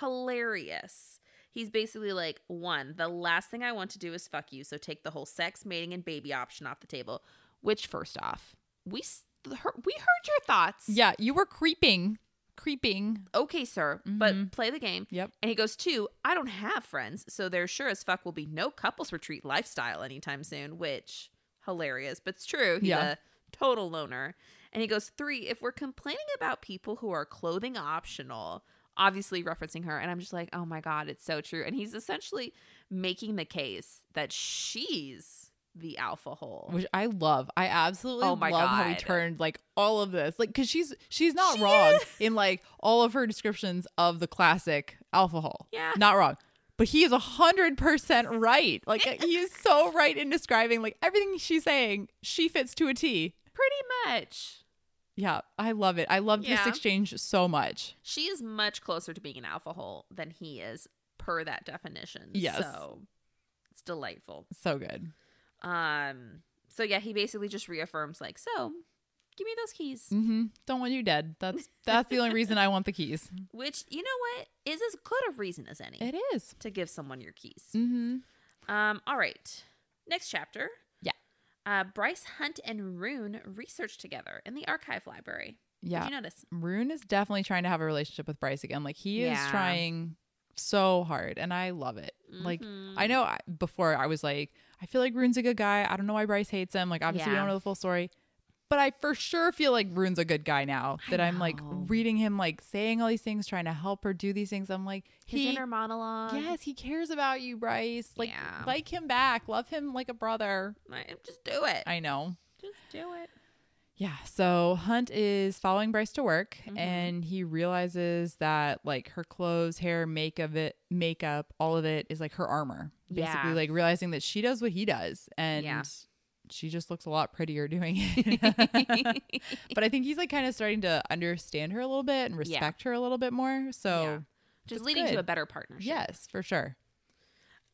B: hilarious. He's basically like, one, the last thing I want to do is fuck you, so take the whole sex, mating, and baby option off the table. Which, first off, we s- heard, we heard your thoughts.
C: Yeah. You were creeping, creeping.
B: Okay, sir, but play the game.
C: Yep.
B: And he goes, two, I don't have friends, so there sure as fuck will be no couples retreat lifestyle anytime soon, which hilarious, but it's true. He's
C: Yeah.
B: a total loner. And he goes, three, if we're complaining about people who are clothing optional, obviously referencing her, and I'm just like, oh my God, it's so true. And he's essentially making the case that she's the alpha hole.
C: which I love. I absolutely
B: Oh my
C: love how he
B: God.
C: turned like all of this, like because she's she's not wrong in like all of her descriptions of the classic alcohol.
B: Yeah.
C: not wrong. But he is a hundred percent right.
B: (laughs)
C: Like he is so right in describing like everything she's saying. She fits to a T.
B: Pretty much.
C: Yeah, I love it. I love
B: Yeah.
C: this exchange so much.
B: She is much closer to being an alpha hole than he is, per that definition.
C: Yes.
B: So it's delightful.
C: So good.
B: Um. So yeah, he basically just reaffirms, like, so give me those keys,
C: hmm Don't want you dead. That's that's the only reason I want the keys.
B: which you know what is as good of reason as any
C: Mm. It is.
B: to give someone your keys.
C: Mm-hmm.
B: Um. All right. Next chapter.
C: Yeah.
B: Uh, Bryce Hunt and Rune research together in the archive library.
C: Yeah.
B: Did you notice?
C: Rune is definitely trying to have a relationship with Bryce again. Like he
B: Yeah.
C: is trying so hard, and I love it. Like
B: Mm-hmm.
C: I know I, before I was like, I feel like Rune's a good guy. I don't know why Bryce hates him. Like obviously we
B: Yeah.
C: don't know the full story, but I for sure feel like Rune's a good guy now that I'm like
B: know.
C: reading him like saying all these things, trying to help her do these things. I'm like
B: His
C: he.
B: inner monologue.
C: Yes, he cares about you, Bryce. Like,
B: Yeah.
C: like him back. Love him like a brother.
B: Like, just do it.
C: I know.
B: just do it.
C: Yeah. So Hunt is following Bryce to work
B: Mm-hmm.
C: and he realizes that like her clothes, hair, makeup it makeup, all of it is like her armor. Basically,
B: Yeah.
C: like realizing that she does what he does and
B: Yeah.
C: she just looks a lot prettier doing
B: (laughs)
C: it. (laughs) but I think he's like kind of starting to understand her a little bit and
B: Yeah.
C: respect her a little bit more.
B: Yeah.
C: So
B: just
C: That's
B: leading to
C: good.
B: a better partnership.
C: yes, for sure.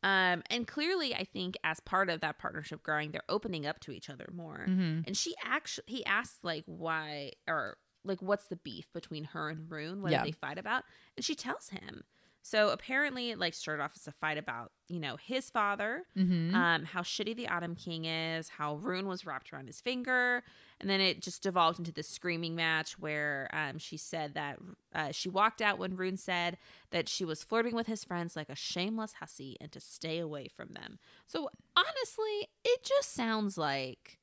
B: Um, and clearly, I think as part of that partnership growing, they're opening up to each other more.
C: Mhm.
B: And she actually, he asks like why or like what's the beef between her and Rune? What
C: Yeah.
B: do they fight about? And she tells him. So apparently, it like started off as a fight about you know his father,
C: Mhm.
B: um, how shitty the Autumn King is, how Rune was wrapped around his finger, and then it just devolved into this screaming match where um, she said that uh, she walked out when Rune said that she was flirting with his friends like a shameless hussy and to stay away from them. So honestly, it just sounds like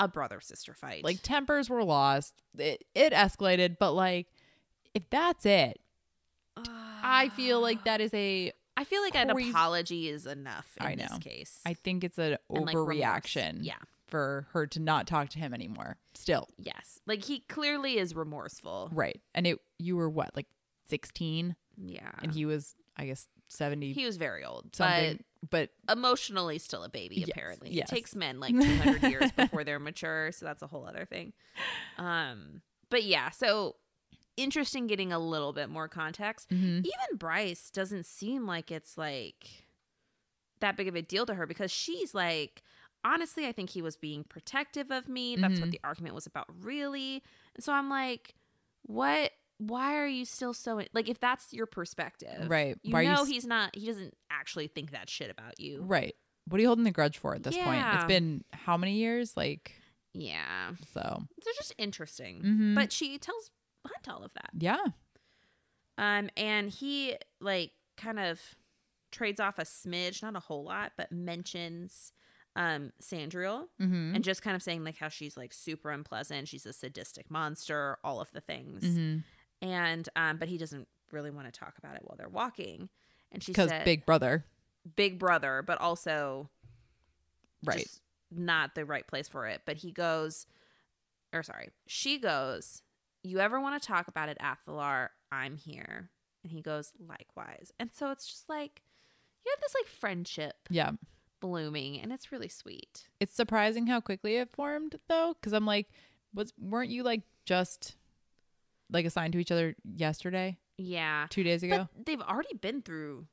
B: a brother sister fight.
C: Like tempers were lost. It it escalated, but like if that's it, I feel like that is a
B: Ah. I feel like an
C: Corey's-
B: apology is enough in
C: I know.
B: this case.
C: I think it's an
B: And, like, remorse.
C: overreaction
B: yeah.
C: for her to not talk to him anymore. Still.
B: Yes. Like he clearly is remorseful.
C: Right. And it you were what, like 16
B: Yeah.
C: and he was I guess seventy
B: Uh-huh. He was very old,
C: something, but
B: but emotionally still a baby.
C: Yes,
B: apparently,
C: yes.
B: it takes
C: (laughs)
B: men like 200 years before they're mature, so that's a whole other thing. Um, but yeah, so interesting getting a little bit more context.
C: Mhm.
B: Even Bryce doesn't seem like it's like that big of a deal to her because she's like, honestly, I think he was being protective of me. That's what
C: Mhm.
B: the argument was about, really. And so I'm like, what? Why are you still so like? If that's your perspective,
C: Right.
B: You
C: Why are you
B: know
C: s-
B: he's not. He doesn't actually think that shit about you.
C: right. What are you holding the grudge for at this point? It's
B: Yeah.
C: been how many years? Like
B: Yeah,
C: so.
B: they're just interesting.
C: Mhm.
B: But she tells Hunt all of that.
C: Yeah.
B: Um, and he like kind of trades off a smidge, not a whole lot, but mentions um Sandriel
C: Mm-hmm.
B: and just kind of saying like how she's like super unpleasant, she's a sadistic monster, all of the things.
C: Mm-hmm.
B: And um, but he doesn't really want to talk about it while they're walking. And she
C: Because
B: said
C: Big Brother,
B: big brother, but also
C: right?
B: just not the right place for it. But he goes, or sorry, she goes, You ever want to talk about it, Athalar? I'm here. And he goes, Likewise. And so it's just like, you have this like friendship
C: yeah.
B: blooming, and it's really sweet.
C: It's surprising how quickly it formed, though, because I'm like, was weren't you like just like assigned to each other yesterday,
B: Yeah.
C: two days ago?
B: Uh, But they've already been through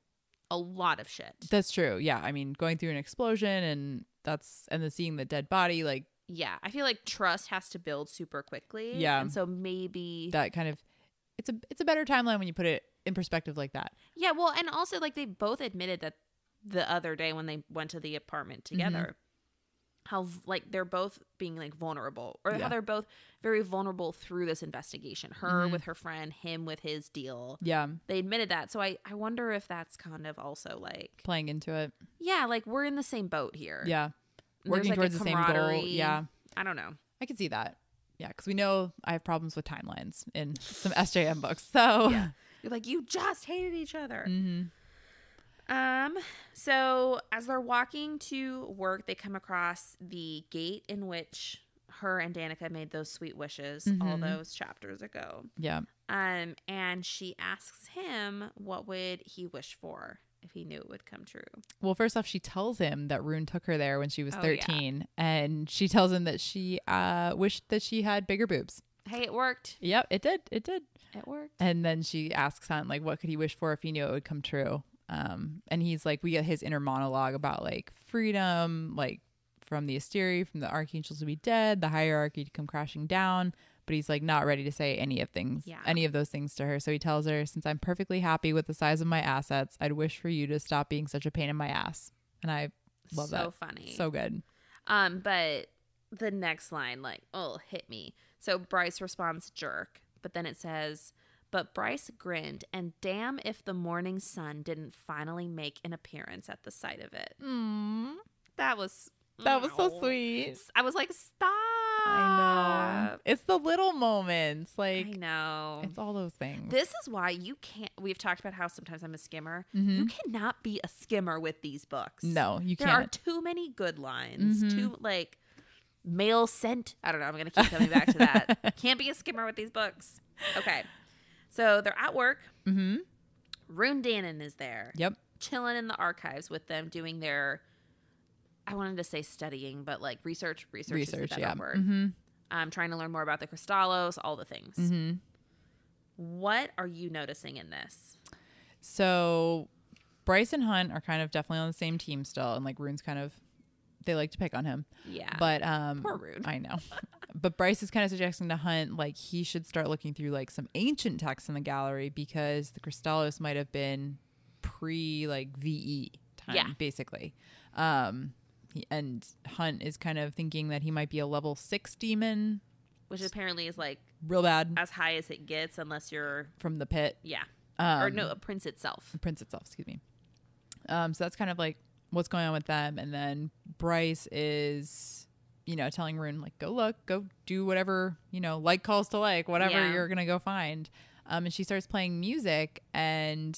B: a lot of shit.
C: That's true. Yeah. I mean, going through an explosion and that's and then seeing the dead body, like
B: yeah. I feel like trust has to build super quickly.
C: Yeah.
B: And so maybe
C: that kind of it's a it's a better timeline when you put it in perspective like that.
B: Yeah, well, and also like they both admitted that the other day when they went to the apartment
C: Mm-hmm.
B: together, how v- like they're both being like vulnerable, or
C: Yeah.
B: how they're both very vulnerable through this investigation. Her
C: Mhm.
B: with her friend, him with his deal.
C: Yeah.
B: They admitted that, so I I wonder if that's kind of also like
C: Playing into it.
B: yeah, like we're in the same boat here.
C: Yeah.
B: And
C: Working
B: there's, like,
C: towards
B: a
C: the same goal.
B: camaraderie.
C: Yeah.
B: I don't know.
C: I could see that. Yeah, because we know I have problems with timelines in (laughs) some SJM books. So
B: Yeah. You're like you just hated each other.
C: Mhm.
B: Um, so as they're walking to work, they come across the gate in which her and Danica made those sweet wishes all
C: Mhm.
B: those chapters ago.
C: yeah.
B: Um, and she asks him what would he wish for if he knew it would come true.
C: Well, first off, she tells him that Rune took her there when she was
B: Oh, yeah.
C: 13, and she tells him that she uh, wished that she had bigger boobs.
B: Hey, it worked.
C: Yep, it did. It did.
B: It worked.
C: And then she asks Hunt, like, what could he wish for if he knew it would come true? Um, and he's like, we get his inner monologue about like freedom, like from the Asteri, from the archangels to be dead, the hierarchy to come crashing down. But he's like not ready to say any of things,
B: Yeah.
C: any of those things to her. So he tells her, since I'm perfectly happy with the size of my assets, I'd wish for you to stop being such a pain in my ass. And I love
B: so
C: that.
B: funny.
C: So good.
B: Um, but the next line, like, oh, hit me. So Bryce responds, jerk. But then it says, but Bryce grinned, and damn if the morning sun didn't finally make an appearance at the sight of it. That was
C: That was so
B: Ow.
C: sweet.
B: I was like, Mm. stop.
C: I know. It's the little moments, like
B: I know.
C: it's all those things.
B: This is why you can't. We've talked about how sometimes I'm a skimmer. You cannot be a skimmer with these books.
C: Mm-hmm. no, you
B: there
C: can't.
B: are too many good lines.
C: Mhm.
B: Too like male scent. I don't know. I'm gonna keep coming back to
C: (laughs)
B: that. Can't be a skimmer with these books. Okay, so they're at work.
C: mm-hmm.
B: Rune Dannon is there,
C: Yep.
B: chilling in the archives with them, doing their. I wanted to say studying, but like research, research, is the
C: Research.
B: better
C: Yeah.
B: word.
C: Mm-hmm.
B: I'm trying to learn more about the Cristallos, all the things.
C: Mm-hmm.
B: What are you noticing in this?
C: So Bryce and Hunt are kind of definitely on the same team still, and like Rune's kind of they like to pick on him.
B: Yeah,
C: But um
B: Poor Rune.
C: I
B: (laughs)
C: know. but Bryce is kind of suggesting to Hunt like he should start looking through like some ancient texts in the gallery because the Cristallos might have been pre like VE time
B: Yeah.
C: basically. Um he- and Hunt is kind of thinking that he might be a level 6 demon,
B: which apparently is like
C: real bad
B: as high as it gets, unless you're
C: from the pit.
B: yeah,
C: Um,
B: or no, a prince itself.
C: Prince itself, excuse me. Um, so that's kind of like what's going on with them. And then Bryce is, you know, telling Rune, like, go look, go do whatever, you know, like calls to like, whatever
B: Yeah.
C: you're going to go find. Um, and she starts playing music, and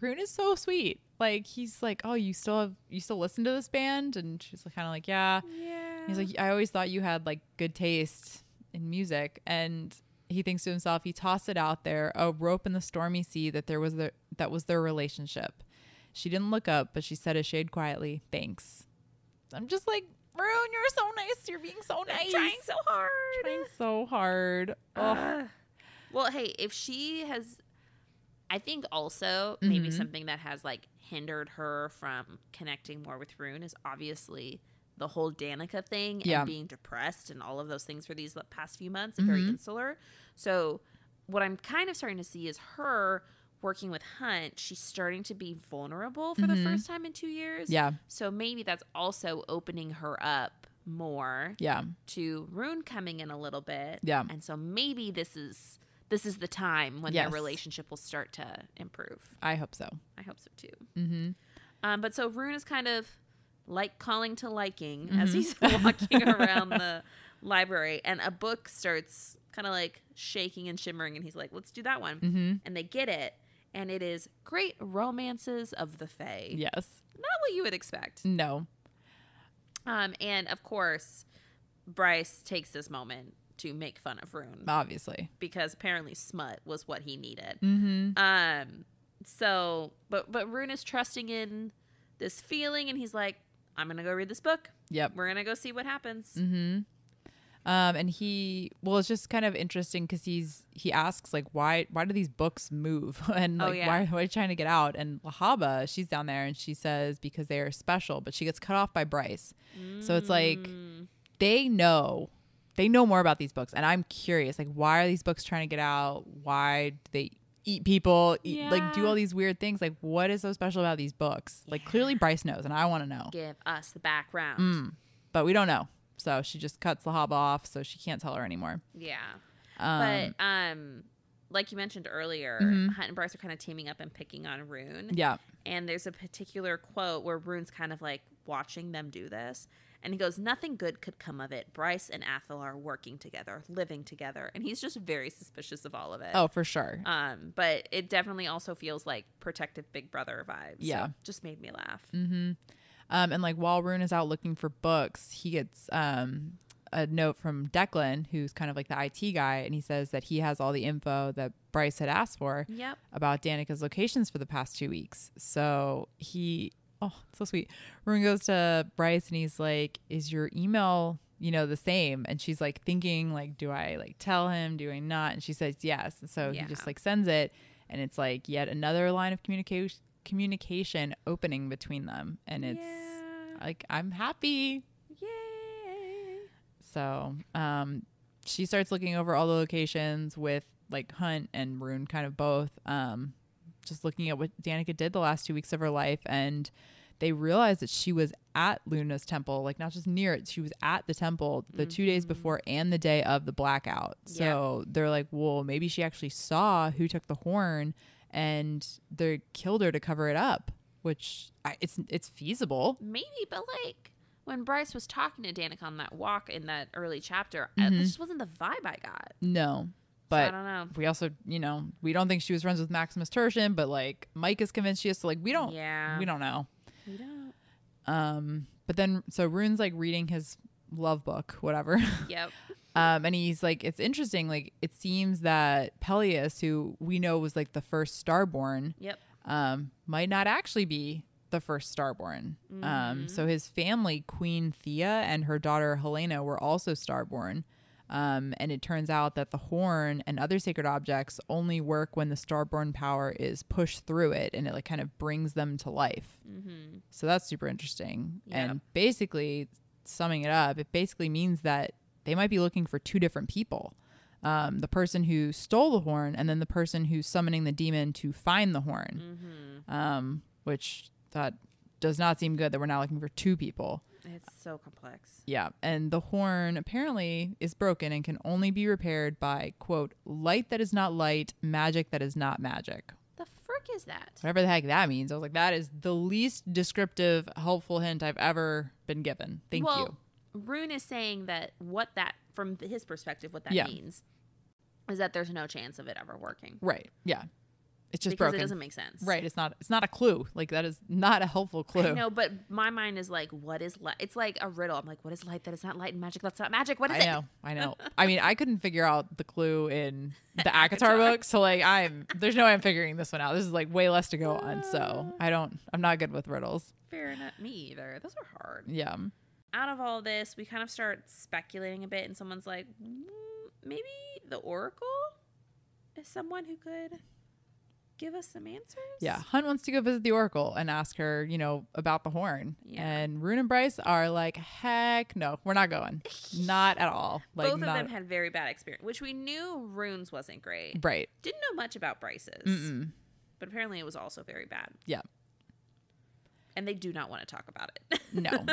C: Rune is so sweet. Like, he's like, oh, you still have, you still listen to this band? And she's kind of like, yeah.
B: Yeah.
C: He's like, I always thought you had like good taste in music. And he thinks to himself, he tossed it out there, a rope in the stormy sea that there was the that was their relationship. She didn't look up, but she said a shade quietly, "Thanks." I'm just like, Rune, you're so nice. You're being so nice.
B: Trying so hard.
C: Trying so hard. (sighs) Ugh.
B: Well, hey, if she has, I think also maybe
C: Mhm.
B: something that has like hindered her from connecting more with Rune is obviously the whole Danica thing
C: Yeah.
B: and being depressed and all of those things for these past few months and very
C: Mhm.
B: insular. So, what I'm kind of starting to see is her working with Hunt. She's starting to be vulnerable for
C: Mhm.
B: the first time in two years.
C: Yeah.
B: So maybe that's also opening her up more
C: Yeah.
B: to Rune coming in a little bit.
C: Yeah.
B: And so maybe this is this is the time when
C: Yes.
B: their relationship will start to improve.
C: I hope so.
B: I hope so too.
C: Mm-hmm.
B: Um, but so Rune is kind of like calling to liking
C: Mm-hmm.
B: as he's (laughs) walking around the library, and a book starts kind of like shaking and shimmering, and he's like, "Let's do that one."
C: Mm-hmm.
B: And they get it, and it is "Great Romances of the Fae."
C: Yes.
B: Not what you would expect.
C: No.
B: Um, and of course, Bryce takes this moment to make fun of Rune
C: Oh. Obviously.
B: because apparently smut was what he needed.
C: Mm-hmm.
B: Um, so but but Rune is trusting in this feeling, and he's like, "I'm gonna go read this book.
C: Yep.
B: We're gonna go see what happens."
C: Mm-hmm. Um, and he, well, it's just kind of interesting because he's he asks like, why why do these books move (laughs) and
B: Oh,
C: like
B: yeah.
C: why why are you trying to get out? And Lahaba, she's down there and she says because they are special, but she gets cut off by Bryce. So it's like
B: Mm.
C: they know they know more about these books, and I'm curious like, why are these books trying to get out? Why do they eat people? Eat, Like do
B: Yeah.
C: all these weird things? Like what is so special about these books? Like clearly Bryce knows, and I want to know
B: give us the background.
C: but we don't know. So she just cuts Lahaba off, so she can't tell her anymore.
B: Yeah,
C: Um,
B: but um, like you mentioned earlier,
C: Mhm.
B: Hunt and Bryce are kind of teaming up and picking on Rune.
C: yeah,
B: And there's a particular quote where Rune's kind of like watching them do this. And he goes, Nothing good could come of it. Bryce and Athel are working together, living together. And he's just very suspicious of all of it.
C: oh for sure.
B: Um, but it definitely also feels like protective big brother vibes.
C: Yeah.
B: So just made me laugh.
C: hmm Um, and like while Rune is out looking for books, he gets um a note from Declan, who's kind of like the IT guy, and he says that he has all the info that Bryce had asked for
B: Yep.
C: about Danica's locations for the past two weeks. So he, oh, it's so sweet. Rune goes to Bryce and he's like, "Is your email, you know, the same?" And she's like thinking, like, "Do I like tell him? Do I not?" And she says, "Yes." And so
B: Yeah.
C: he just like sends it, and it's like yet another line of communication communication opening between them, and it's
B: yeah.
C: like I'm happy.
B: Yay.
C: So um, she starts looking over all the locations with like Hunt and Rune, kind of both, um, just looking at what Danica did the last two weeks of her life. And they realized that she was at Luna's temple, like not just near it, she was at the temple the two days before and the day of the blackout. So they're like, well, maybe she actually saw who took the horn and they killed her to cover it up. Which I, it's it's feasible.
B: Maybe, but like when Bryce was talking to Danica on that walk in that early chapter, I,
C: Mhm.
B: this just wasn't the vibe I got.
C: No,
B: But
C: but
B: I don't know.
C: we also, you know, we don't think she was friends with Maximus Tertian, but like Mike is convinced she is. So like we don't,
B: yeah.
C: we don't know.
B: We don't.
C: Um, but then so Rune's like reading his love book, whatever. (laughs)
B: Yep.
C: um, and he's like, it's interesting. Like it seems that Peleus, who we know was like the first Starborn,
B: Yep.
C: um, might not actually be the first Starborn. Um, so his family, Queen Thea and her daughter Helena, were also Starborn. Um, and it turns out that the horn and other sacred objects only work when the starborn power is pushed through it and it like kind of brings them to life.
B: Mm-hmm.
C: So that's super interesting.
B: Yeah.
C: And basically, summing it up, it basically means that they might be looking for two different people um, the person who stole the horn, and then the person who's summoning the demon to find the horn,
B: Mm-hmm.
C: um, which that does not seem good that we're now looking for two people.
B: It's so complex.
C: Yeah. And the horn apparently is broken and can only be repaired by, quote, light that is not light, magic that is not magic,
B: The frick is that?
C: whatever the heck that means. I was like, that is the least descriptive, helpful hint I've ever been given. Thank you.
B: well, Rune is saying that what that, from his perspective, what that
C: Yeah.
B: means is that there's no chance of it ever working.
C: Right. Yeah. It's just
B: because
C: broken.
B: it doesn't make sense.
C: right. It's not. It's not a clue. Like that is not a helpful clue.
B: I know, but my mind is like, what is light? It's like a riddle. I'm like, what is light that is not light and magic that's not magic? What is
C: I
B: it? (laughs)
C: know. I know. I mean, I couldn't figure out the clue in
B: (laughs)
C: the Akatar book, so like I'm there's no way I'm figuring this one out. This is like way less to go on, so I don't I'm not good with riddles.
B: Fair enough. Me either. Those are hard.
C: Yeah.
B: Out of all this, we kind of start speculating a bit, and someone's like, mm, maybe the Oracle is someone who could give us some answers.
C: Yeah. Hun wants to go visit the Oracle and ask her, you know, about the horn.
B: Yeah.
C: And Rune and Bryce are like, heck no, we're not going.
B: (laughs)
C: Not at all. Like
B: Both of
C: not
B: them had very bad experience, which we knew Runes wasn't great.
C: right.
B: Didn't know much about Bryce's,
C: Mm-mm.
B: but apparently it was also very bad.
C: Yeah.
B: And they do not want to talk about it. (laughs)
C: No.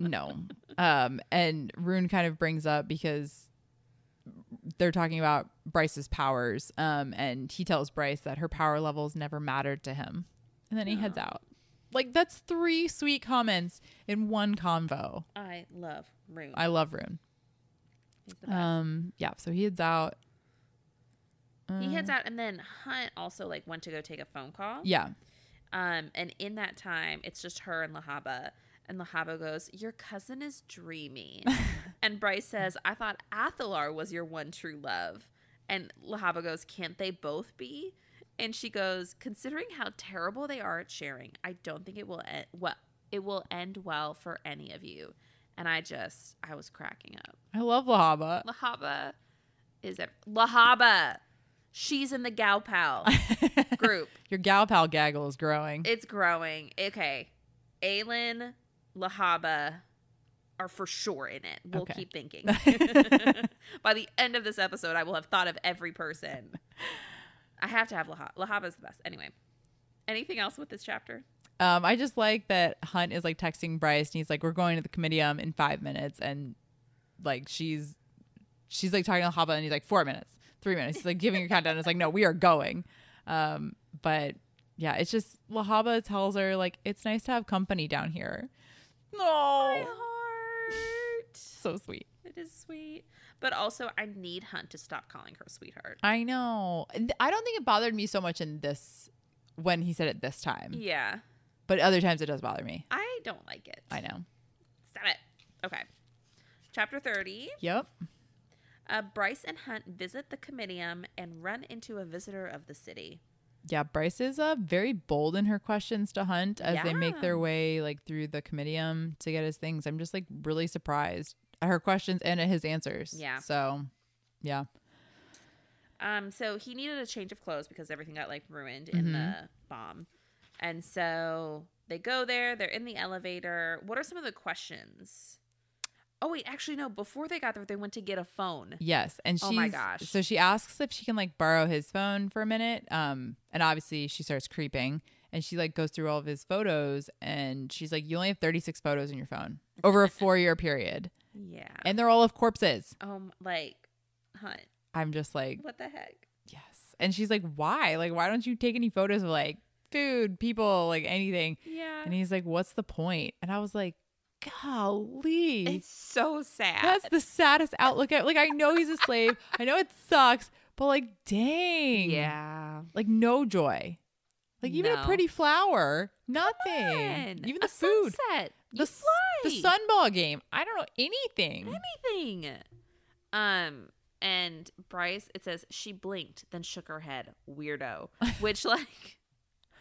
C: no. Um, and Rune kind of brings up because they're talking about Bryce's powers. Um, and he tells Bryce that her power levels never mattered to him. And then he heads out. Like that's three sweet comments in one convo.
B: I love Rune.
C: I love Rune.
B: He's the best.
C: Um, yeah, so he heads out.
B: he heads out, and then Hunt also like went to go take a phone call.
C: Yeah.
B: Um, and in that time, it's just her and Lahaba. And Lahaba goes, "Your cousin is dreamy." and Bryce says, "I thought Athalar was your one true love." And Lahaba goes, "Can't they both be?" And she goes, "Considering how terrible they are at sharing, I don't think it will e- well it will end well for any of you." And I just I was cracking up.
C: I love Lahaba.
B: Lahaba is ev- Lahaba. She's in the Gal Pal group.
C: (laughs) Your gal pal gaggle is growing.
B: It's growing. Okay. Aelin, Lahaba are for sure in it. We'll
C: Okay.
B: keep
C: (laughs)
B: thinking. (laughs) By the end of this episode, I will have thought of every person. I have to have Lahaba. Lahaba's the best. Anyway. Anything else with this chapter?
C: Um, I just like that Hunt is like texting Bryce and he's like, We're going to the Comitium in five minutes and like she's she's like talking to Haba and he's like, Four minutes, three minutes. He's like giving her (laughs) countdown. It's like, No, we are going. Um, but yeah, it's just Lahaba tells her like it's nice to have company down here.
B: My
C: No
B: heart.
C: so sweet.
B: It is sweet. But also, I need Hunt to stop calling her sweetheart.
C: I know. And I don't think it bothered me so much in this when he said it this time.
B: Yeah.
C: But other times it does bother me.
B: I don't like it.
C: I know.
B: Stop it. Okay. Chapter 30.
C: Yep.
B: Uh, Bryce and Hunt visit the Comitium and run into a visitor of the city.
C: Yeah, Bryce is uh, very bold in her questions to Hunt as they make
B: Yeah.
C: their way like through the comitium to get his things. I'm just like really surprised at her questions and at his answers.
B: Yeah.
C: So, yeah,
B: Um, so he needed a change of clothes because everything got like ruined in the bomb. And so they go there, they're in the elevator. What are some of the questions? Oh, wait, actually, no, before they got there, they went to get a phone.
C: yes, and she's
B: Oh my gosh.
C: so she asks if she can like borrow his phone for a minute. Um, and obviously she starts creeping and she like goes through all of his photos and she's like, "You only have 36 photos in your phone
B: (laughs)
C: over a four year period,
B: Yeah.
C: and they're all of corpses."
B: Um, like, Hunt,
C: I'm just like,
B: what the heck?
C: Yes. And she's like, why? Like, why don't you take any photos of like food, people, like anything?
B: Yeah.
C: And he's like, what's the point? And I was like, golly,
B: It's so sad.
C: that's the saddest outlook. At, like, I know he's a slave. I know it sucks, but like, dang.
B: yeah.
C: Like, no joy. Like, even a
B: No.
C: pretty flower, nothing.
B: Man,
C: Even the
B: a
C: food,
B: Sunset.
C: the,
B: You
C: s- the
B: fly.
C: sunball game. I don't know anything.
B: anything. Um, and Bryce, it says she blinked, then shook her head,
C: (laughs)
B: weirdo, which like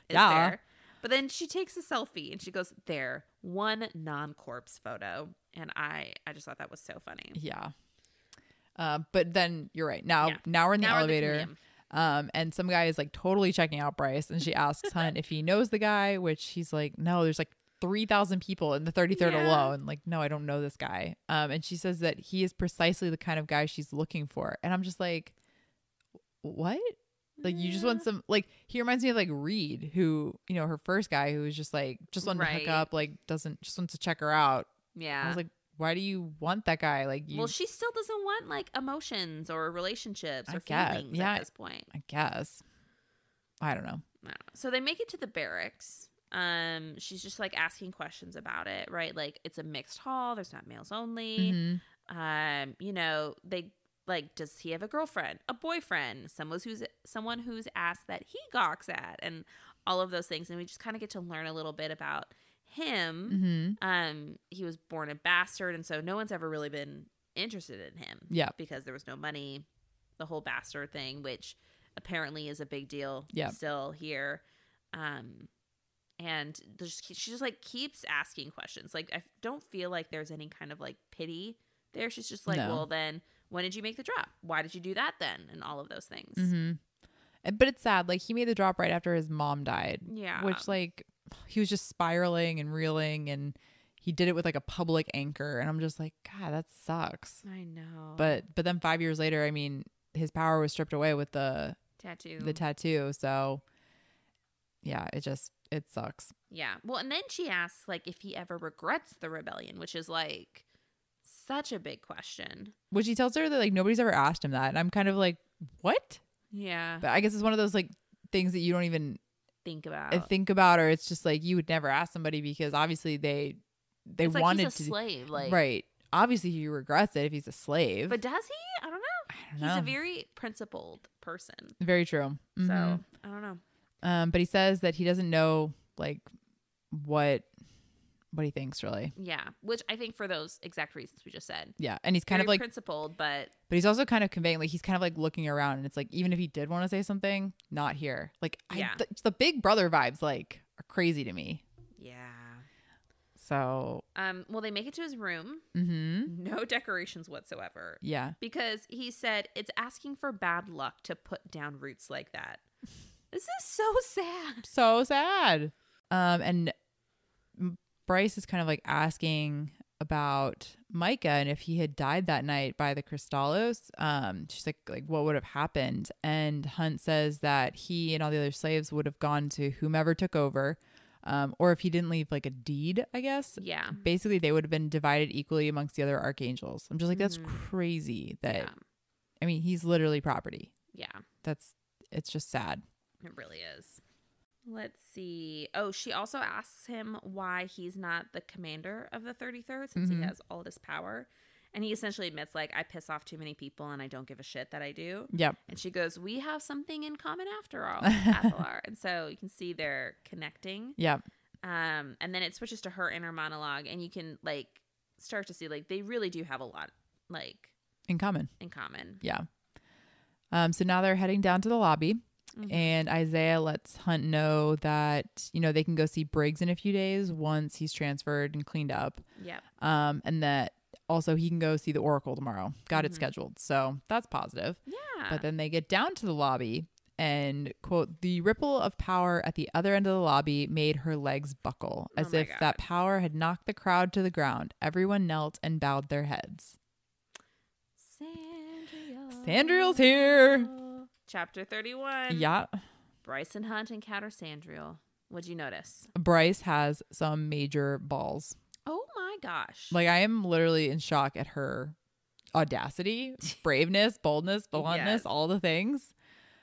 B: is
C: Yeah.
B: fair. But then she takes a selfie and she goes, "There, one non-corpse photo," and I, I just thought that was so funny.
C: Yeah. Uh, but then you're right. Now,
B: Yeah.
C: now we're in the
B: Now we're at the
C: elevator.
B: Comedium.
C: um, and some guy is like totally checking out Bryce, and she asks Hunt if he knows the guy, which he's like, no, there's like three thousand people in the thirty third
B: Yeah.
C: alone. Like, no, I don't know this guy. Um, and she says that he is precisely the kind of guy she's looking for, and I'm just like, what? Like you just
B: Mm, Mm-hmm.
C: want some like he reminds me of like Reed, who you know her first guy who was just like just wanted to hook
B: Right.
C: up, like doesn't just wants to check her out.
B: Yeah.
C: I was like, why do you want that guy? Like you
B: well, she still doesn't want like emotions or relationships
C: I
B: or
C: guess.
B: feelings
C: Yeah.
B: at this point.
C: I guess. I don't
B: I
C: know.
B: don't know. So they make it to the barracks. Um, she's just like asking questions about it,
C: Mm-hmm.
B: right? Like it's a mixed hall. There's not males only.
C: Mhm.
B: Um, you know, they like does he have a girlfriend a boyfriend someone who's someone who's asked that he gawks at and all of those things and we just kind of get to learn a little bit about him
C: Mm-hmm.
B: um he was born a bastard and so no one's ever really been interested in him
C: Yeah.
B: because there was no money the whole bastard thing which apparently is a big deal
C: Yeah.
B: still here um and there's she just like keeps asking questions like i don't feel like there's any kind of like pity there she's just like
C: No.
B: well then when did you make the drop why did you do that then and all of those things
C: Mm-hmm. But it's sad. Like he made the drop right after his mom died.
B: yeah
C: Which like he was just spiraling and reeling and he did it with like a public anchor and I'm just like, God, that sucks.
B: i know
C: But but then five years later, I mean, his power was stripped away with the
B: tattoo
C: the tattoo. So yeah, it just it sucks.
B: Yeah. Well, and then she asks like if he ever regrets the rebellion, which is like such a big question.
C: Which he tells her that like nobody's ever asked him that. And I'm kind of like, What?
B: Yeah.
C: But I guess it's one of those like things that you don't even
B: Think about.
C: I think about or it's just like you would never ask somebody because obviously they they
B: it's like
C: wanted
B: he's a
C: to
B: slave, like
C: right obviously he regrets it if he's a slave
B: But does he? I don't know.
C: I don't
B: He's
C: know.
B: a very principled person.
C: very true Mhm.
B: So I don't know.
C: um but he says that he doesn't know like what what he thinks really
B: Yeah. Which I think for those exact reasons we just said.
C: yeah and he's kind of
B: Very
C: like
B: principled, but
C: but he's also kind of conveying like he's kind of like looking around and it's like even if he did want to say something not here like
B: Yeah.
C: I, th- the big brother vibes like are crazy to me
B: yeah.
C: so
B: Um. Well, they make it to his room.
C: mm-hmm
B: No (laughs) decorations whatsoever.
C: yeah
B: because he said it's asking for bad luck to put down roots like
C: (laughs)
B: that. This is so sad.
C: so sad. Um, and Bryce is kind of like asking about Micah and if he had died that night by the Cristallos. Um, she's like, like what would have happened? And Hunt says that he and all the other slaves would have gone to whomever took over, um, or if he didn't leave like a deed, I guess.
B: Yeah.
C: Basically, they would have been divided equally amongst the other archangels. I'm just like, that's crazy. That
B: Yeah.
C: I mean, he's literally property.
B: Yeah.
C: That's it's just sad.
B: It really is. Let's see. Oh, she also asks him why he's not the commander of the 33rd since
C: Mhm.
B: he has all this power. And he essentially admits, like, I piss off too many people and I don't give a shit that I do.
C: Yep.
B: And she goes, We have something in common after
C: (laughs)
B: all, Athalar. and so you can see they're connecting.
C: Yep.
B: um and then it switches to her inner monologue and you can like start to see like they really do have a lot like
C: In common.
B: in common
C: Yeah. Um, so now they're heading down to the lobby,
B: Mhm.
C: and Isaiah lets Hunt know that you know they can go see Briggs in a few days once he's transferred and cleaned up,
B: yep
C: um, and that also he can go see the Oracle tomorrow. Got it
B: Mhm.
C: scheduled, so that's positive.
B: yeah
C: But then they get down to the lobby and quote the ripple of power at the other end of the lobby made her legs buckle
B: Oh
C: as
B: my
C: if
B: God.
C: that power had knocked the crowd to the ground everyone knelt and bowed their heads
B: Sandriel.
C: sandriel's here
B: chapter 31
C: yeah
B: bryson hunt encounter sandriel what'd you notice
C: Bryce has some major balls.
B: oh my gosh
C: Like I am literally in shock at her
B: (laughs)
C: audacity, braveness, boldness,
B: Yes.
C: bluntness, all the things.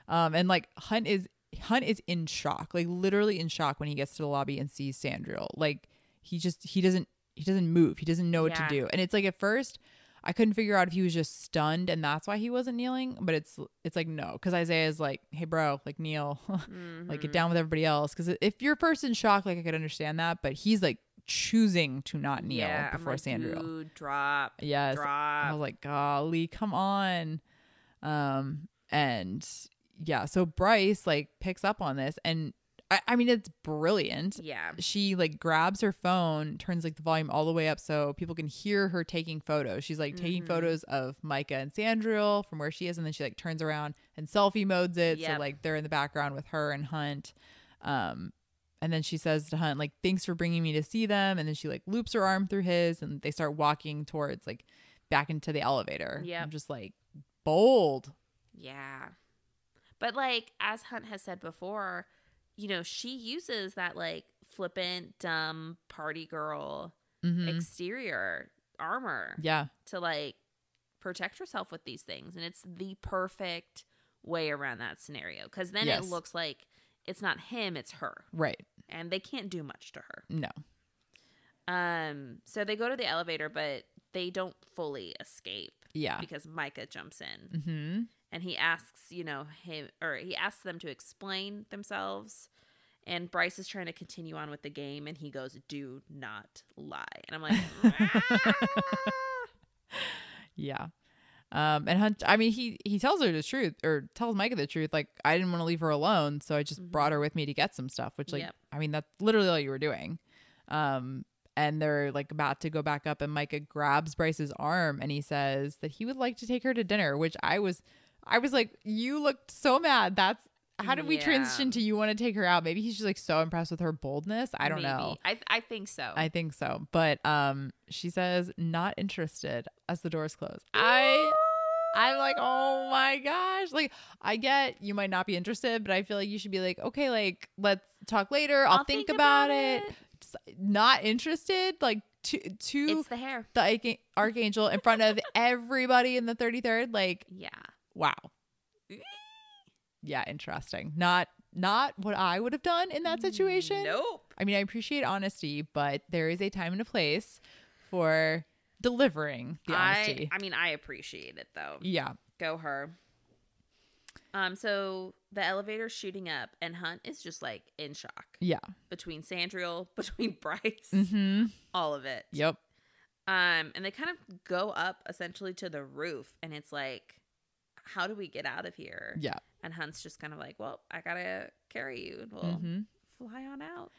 C: Um, and like Hunt is Hunt is in shock, like literally in shock when he gets to the lobby and sees Sandriel. Like he just he doesn't he doesn't move. He doesn't know what
B: Yeah.
C: to do. And it's like at first I couldn't figure out if he was just stunned and that's why he wasn't kneeling. But it's it's like no, because Isaiah is like, hey bro, like kneel. (laughs) like get
B: Mhm.
C: down with everybody else because if you're first in shock like i could understand that but he's like choosing to not kneel
B: Yeah, I'm
C: before
B: like,
C: sandriel
B: "Ooh, drop
C: yes i was
B: drop
C: like golly come on um and yeah so bryce like picks up on this and i, I mean it's brilliant
B: yeah
C: she like grabs her phone turns like the volume all the way up so people can hear her taking photos she's like taking
B: Mhm.
C: photos of micah and sandriel from where she is and then she like turns around and selfie modes it
B: Yep.
C: so like they're in the background with her and hunt um and then she says to hunt like thanks for bringing me to see them and then she like loops her arm through his and they start walking towards like back into the elevator
B: Yep.
C: i'm just like bold
B: Yeah. But like as Hunt has said before, you know, she uses that like flippant, dumb party girl
C: Mhm.
B: exterior armor
C: yeah
B: to like protect herself with these things. And it's the perfect way around that scenario. Cause then
C: Yes.
B: it looks like it's not him, it's her.
C: right
B: And they can't do much to her.
C: no
B: Um, so they go to the elevator, but they don't fully escape.
C: Yeah.
B: because Micah jumps in
C: Mm-hmm.
B: and he asks, you know, him or he asks them to explain themselves. And Bryce is trying to continue on with the game and he goes, Do not lie. And I'm
C: (laughs)
B: like, "Ah."
C: Yeah. Um, and Hunt, I mean, he he tells her the truth or tells Micah the truth. Like, I didn't want to leave her alone, so I just
B: Mhm.
C: brought her with me to get some stuff. Which, like,
B: Yep.
C: I mean, that's literally all you were doing. Um, and they're like about to go back up, and Micah grabs Bryce's arm, and he says that he would like to take her to dinner. Which I was, I was like, you looked so mad. That's how did we
B: Yeah.
C: transition to you want to take her out? Maybe he's just like so impressed with her boldness. I don't
B: Maybe.
C: know.
B: I, I think so.
C: I think so. But um she says not interested as the doors close. I I'm like, "Oh my gosh." Like I get you might not be interested, but I feel like you should be like, "Okay, like let's talk later. I'll, think, about, it. Just Not interested like to to
B: It's the hair.
C: the arch- archangel in front of everybody in the 33rd like
B: Yeah.
C: wow. Yeah, interesting. Not not what I would have done in that situation.
B: Nope.
C: I mean, I appreciate honesty, but there is a time and a place for delivering the
B: I,
C: honesty.
B: I mean, I appreciate it though.
C: yeah.
B: Go her. Um, so the elevator's shooting up, and Hunt is just like in shock
C: Yeah.
B: between Sandriel, (laughs) between Bryce,
C: Mm-hmm.
B: all of it.
C: Yep.
B: Um, and they kind of go up essentially to the roof, and it's like, how do we get out of here?
C: Yeah.
B: And Hunt's just kind of like, well, I gotta carry you, and we'll
C: hmm
B: fly on out.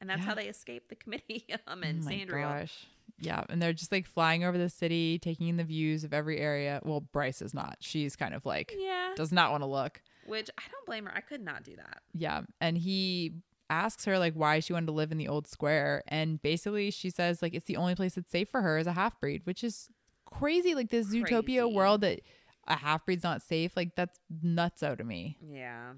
B: And that's
C: Yeah. Oh
B: how they escape the committee. (laughs) Um, and Sandriel.
C: gosh. Yeah. And they're just like flying over the city, taking in the views of every area. Well, Bryce is not. She's kind of like
B: Yeah.
C: does not want to look.
B: Which I don't blame her. I could not do that.
C: Yeah. And he asks her like why she wanted to live in the old square. And basically she says like it's the only place that's safe for her as a half breed, which is crazy. Like this
B: Crazy.
C: Zootopia world that a half breed's not safe. Like that's nuts out to me.
B: Yeah.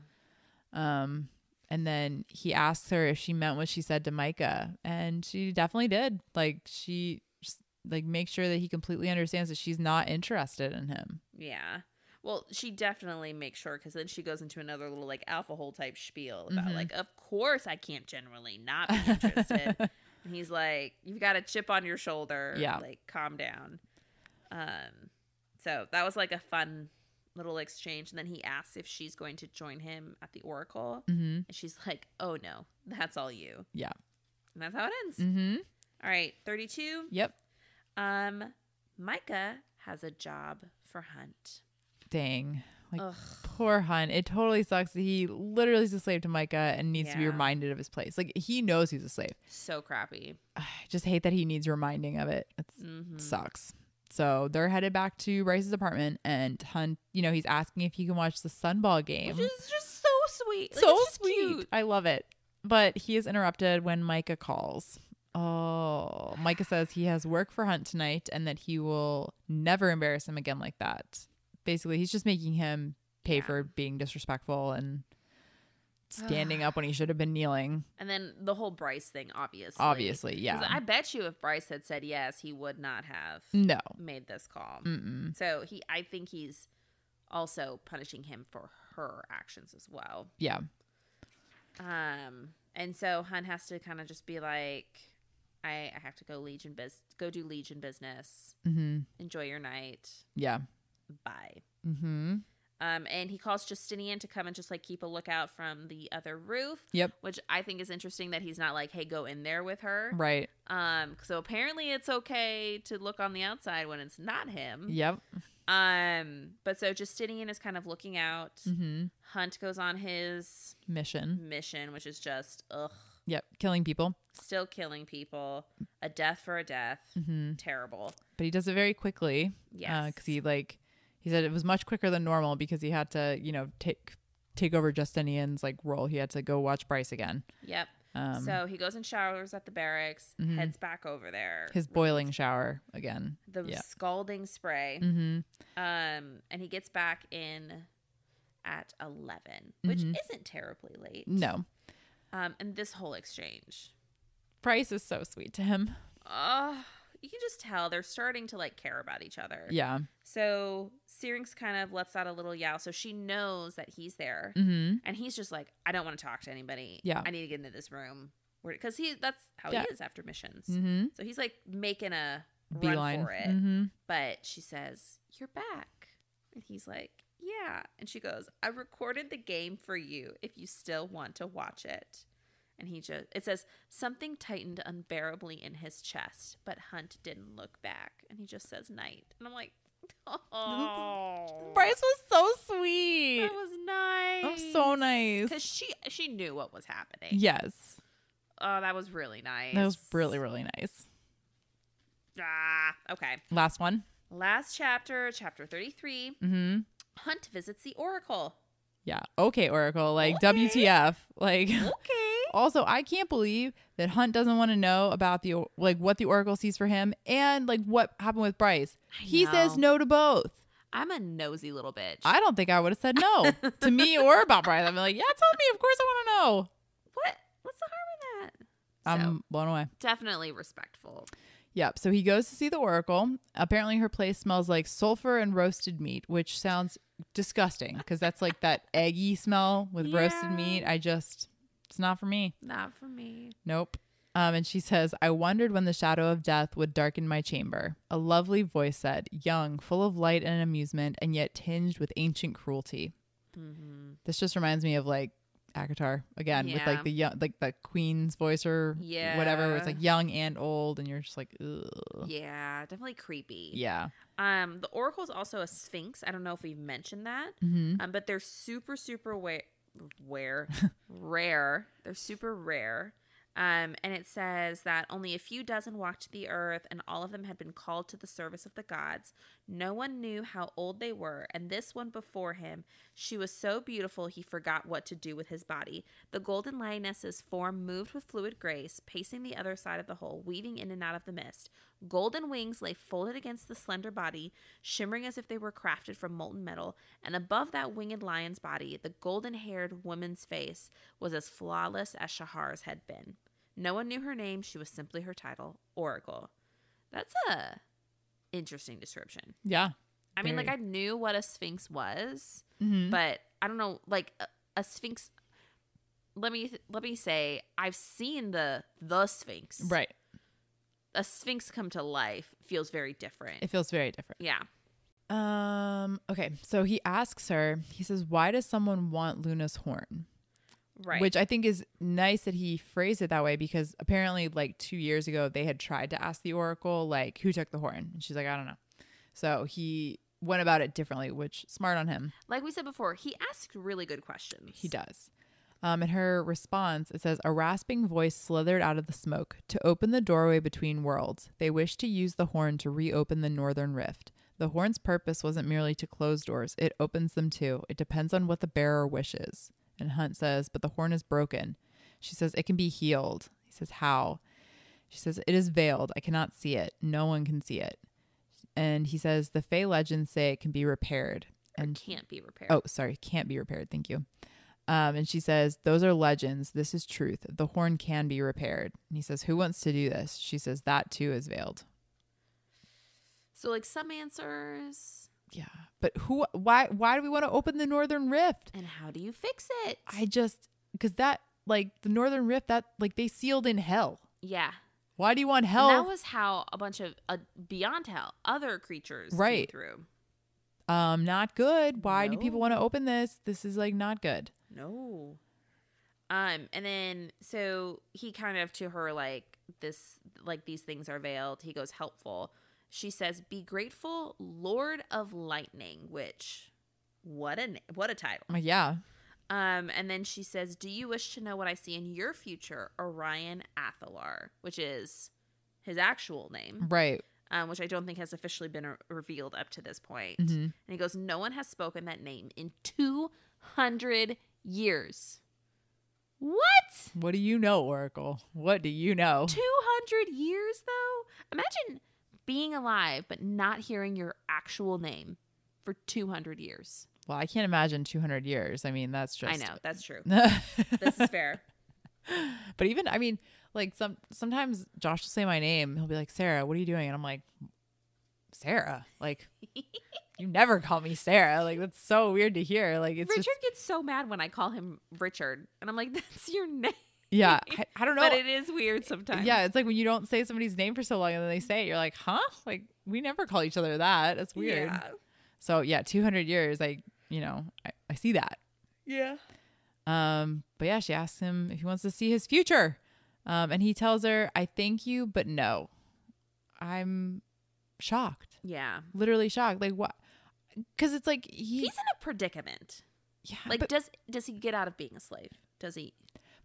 C: Um and then he asks her if she meant what she said to Micah. And she definitely did. Like she just, like makes sure that he completely understands that she's not interested in him.
B: Yeah. Well, she definitely makes sure because then she goes into another little like alpha hole type spiel about
C: Mhm.
B: like, of course I can't generally not be
C: (laughs)
B: interested. and he's like, you've got a chip on your shoulder.
C: Yeah.
B: Like, calm down. Um, so that was like a fun little exchange. And then he asks if she's going to join him at the Oracle.
C: mm-hmm.
B: And she's like, oh no, that's all you.
C: Yeah.
B: And that's how it ends.
C: Mm-hmm.
B: All right, 32.
C: Yep.
B: Um, Micah has a job for Hunt.
C: Dang. Like
B: Ugh.
C: poor Hunt. It totally sucks that he literally is a slave to Micah and needs to be
B: Yeah.
C: reminded of his place. Like he knows he's a slave.
B: So crappy.
C: I just hate that he needs reminding of it. It's,
B: Mm-hmm.
C: It sucks. So they're headed back to Bryce's apartment and Hunt, you know, he's asking if he can watch the sunball game.
B: Which is just so sweet. Like,
C: so
B: it's just
C: sweet.
B: cute.
C: I love it. But he is interrupted when Micah calls. Oh, Micah says he has work for Hunt tonight and that he will never embarrass him again like that. Basically, he's just making him pay
B: Yeah.
C: for being disrespectful and
B: (sighs)
C: standing up when he should have been kneeling.
B: And then the whole Bryce thing, obviously.
C: Obviously,
B: 'Cause
C: yeah.
B: I bet you if Bryce had said yes, he would not have
C: no. Mm.
B: made this call.
C: Mm-mm.
B: So he, I think he's also punishing him for her actions as well.
C: Yeah.
B: Um, and so Hunt has to kind of just be like, I, I have to go Legion bus, go do Legion business.
C: Mm-hmm.
B: Enjoy your night.
C: Yeah.
B: Bye.
C: Mm-hmm.
B: Um, and he calls Justinian to come and just like keep a lookout from the other roof.
C: Yep.
B: Which I think is interesting that he's not like, hey, go in there with her.
C: Right.
B: Um, so apparently it's okay to look on the outside when it's not him.
C: Yep.
B: Um, but so Justinian is kind of looking out.
C: Mm-hmm.
B: Hunt goes on his Mm-hmm.
C: Mission.
B: mission, which is just ugh,
C: Yep. Killing people.
B: still killing people. A death for a death.
C: Mm-hmm.
B: Terrible.
C: But he does it very quickly.
B: Yes.
C: because Uh, he like he said it was much quicker than normal because he had to you know take take over Justinian's like role. He had to go watch Bryce again.
B: yep.
C: Um,
B: so he goes and showers at the barracks,
C: Mhm.
B: heads back over there.
C: his boiling shower again.
B: the
C: yeah.
B: scalding spray.
C: Mm-hmm.
B: Um, and he gets back in at 11, which
C: Mhm.
B: isn't terribly late.
C: No,
B: Um, and this whole exchange.
C: Bryce is so sweet to him.
B: Oh, you can just tell they're starting to like care about each other.
C: Yeah.
B: So Syrinx kind of lets out a little yowl. So she knows that he's there.
C: Mm-hmm.
B: And he's just like, I don't want to talk to anybody.
C: Yeah.
B: I need to get into this room. Because he, that's how
C: Yeah.
B: he is after missions.
C: Mm-hmm.
B: So he's like making a
C: beeline.
B: run for it.
C: Mm-hmm.
B: But she says, You're back. And he's like, Yeah. And she goes, I recorded the game for you if you still want to watch it. And he just, it says, Something tightened unbearably in his chest, but Hunt didn't look back. And he just says, Night. And I'm like, (laughs) Oh.
C: Bryce was so sweet.
B: That was nice.
C: was so nice.
B: Because she, she knew what was happening.
C: Yes.
B: Oh, that was really nice.
C: That was really, really nice.
B: Ah, okay.
C: Last one.
B: Last chapter, chapter 33.
C: Mm-hmm.
B: Hunt visits the Oracle.
C: Yeah. Okay, Oracle. Like
B: Okay.
C: WTF. Like
B: Okay.
C: also I can't believe that Hunt doesn't want to know about the like what the Oracle sees for him and like what happened with Bryce.
B: I
C: He says
B: know.
C: no to both.
B: I'm a nosy little bitch.
C: I don't think I would have said no
B: (laughs)
C: to me or about Bryce. I'm like, yeah, tell me. Of course I want
B: what? What's the harm in
C: to
B: that?
C: know. I'm
B: so,
C: blown away.
B: definitely respectful.
C: Yep. So he goes to see the Oracle. Apparently, her place smells like sulfur and roasted meat, which sounds disgusting because that's like that eggy smell with roasted
B: Yeah.
C: meat. I just, it's not for me.
B: Not for me.
C: Nope. Um, and she says, I wondered when the shadow of death would darken my chamber. A lovely voice said, young, full of light and amusement, and yet tinged with ancient cruelty. This just reminds me of like Akatar again with
B: Yeah.
C: like the young, like the queen's voice or whatever. Where it's
B: Yeah.
C: like young and old, and you're just like, Ugh.
B: Yeah, definitely creepy.
C: yeah.
B: Um, the Oracle is also a sphinx. I don't know if we've mentioned that.
C: Mm-hmm.
B: Um, but they're super, super wa-
C: (laughs)
B: rare. rare. They're super rare. Um, and it says that only a few dozen walked the earth, and all of them had been called to the service of the gods. No one knew how old they were, and this one before him, she was so beautiful he forgot what to do with his body. The golden lioness's form moved with fluid grace, pacing the other side of the hole, weaving in and out of the mist. Golden wings lay folded against the slender body, shimmering as if they were crafted from molten metal, and above that winged lion's body, the golden haired woman's face was as flawless as Shahar's had been. No one knew her name, she was simply her title, Oracle. That's a interesting description.
C: Yeah.
B: I mean, like I
C: Very.
B: knew what a sphinx was,
C: Mm-hmm.
B: but I don't know, like a, a sphinx. Let me let me say, I've seen the the sphinx.
C: right.
B: a sphinx come to life feels very different.
C: It feels very different.
B: yeah,
C: Um. Okay. So he asks her. He says, "Why does someone want Luna's horn?"
B: right.
C: Which I think is nice that he phrased it that way because apparently, like two years ago, they had tried to ask the oracle, like, who took the horn? And she's like, I don't know. So he went about it differently, which smart on him.
B: like we said before, he asked really good questions.
C: He does. Um, in her response, it says, A rasping voice slithered out of the smoke to open the doorway between worlds. They wish to use the horn to reopen the northern rift. The horn's purpose wasn't merely to close doors, it opens them too. It depends on what the bearer wishes. And Hunt says, But the horn is broken. She says, It can be healed. He says, How? She says, It is veiled. I cannot see it. No one can see it. And he says, The Fey legends say it can be repaired. And
B: Can't be repaired.
C: Oh, sorry, can't be repaired. Thank you. Um, and she says, Those are legends. This is truth. The horn can be repaired. And he says, Who wants to do this? She says, That too is veiled.
B: So like some answers.
C: Yeah. But who, why, why do we want to open the Northern Rift?
B: And how do you fix it?
C: I just, because that, like, the Northern Rift, that, like, they sealed in hell.
B: yeah.
C: Why do you want
B: And
C: hell?
B: that was how a bunch of uh, beyond hell, other creatures
C: Right.
B: came through.
C: um, not good. Why do people
B: No.
C: want to open this? This is, like, not good.
B: No. Um, and then so he kind of to her like this like these things are veiled. He goes helpful. She says, "Be grateful, Lord of Lightning." Which, what a na- what a title.
C: I'm like, yeah.
B: Um, and then she says, "Do you wish to know what I see in your future, Orion Athalar?" Which is his actual name
C: Right.
B: um, which I don't think has officially been re- revealed up to this point.
C: Mhm.
B: And he goes, No one has spoken that name in 200 years. What?
C: What do you know, Oracle? What do you know?
B: 200 years, though? Imagine being alive but not hearing your actual name for 200 years.
C: Well, I can't imagine 200 years. I mean, that's just.
B: I know, that's
C: (laughs)
B: true.
C: this
B: this is fair.
C: But even I mean, like some sometimes Josh will say my name. He'll be like, "Sarah, what are you doing?" And I'm like, "Sarah,
B: (laughs)
C: like you never call me Sarah. Like that's so weird to hear. Like (laughs) it's
B: Richard
C: just
B: gets so mad when I call him Richard, and I'm like, (laughs) That's your name.
C: Yeah, I, I don't
B: (laughs)
C: know.
B: But it is weird sometimes.
C: yeah, it's like when you don't say somebody's name for so long and then they say it, you're like, huh? Like we never call each other that. That's weird.
B: Yeah.
C: So yeah, 200 years. I you know I, I see that.
B: Yeah.
C: Um, but yeah, she asks him if he wants to see his future. Um, and he tells her, I thank you, but no. I'm shocked,
B: Yeah.
C: literally shocked. Like, what? Because it's like he,
B: He's in a predicament.
C: yeah,
B: Like
C: but,
B: does does he get out of being a slave? Does he?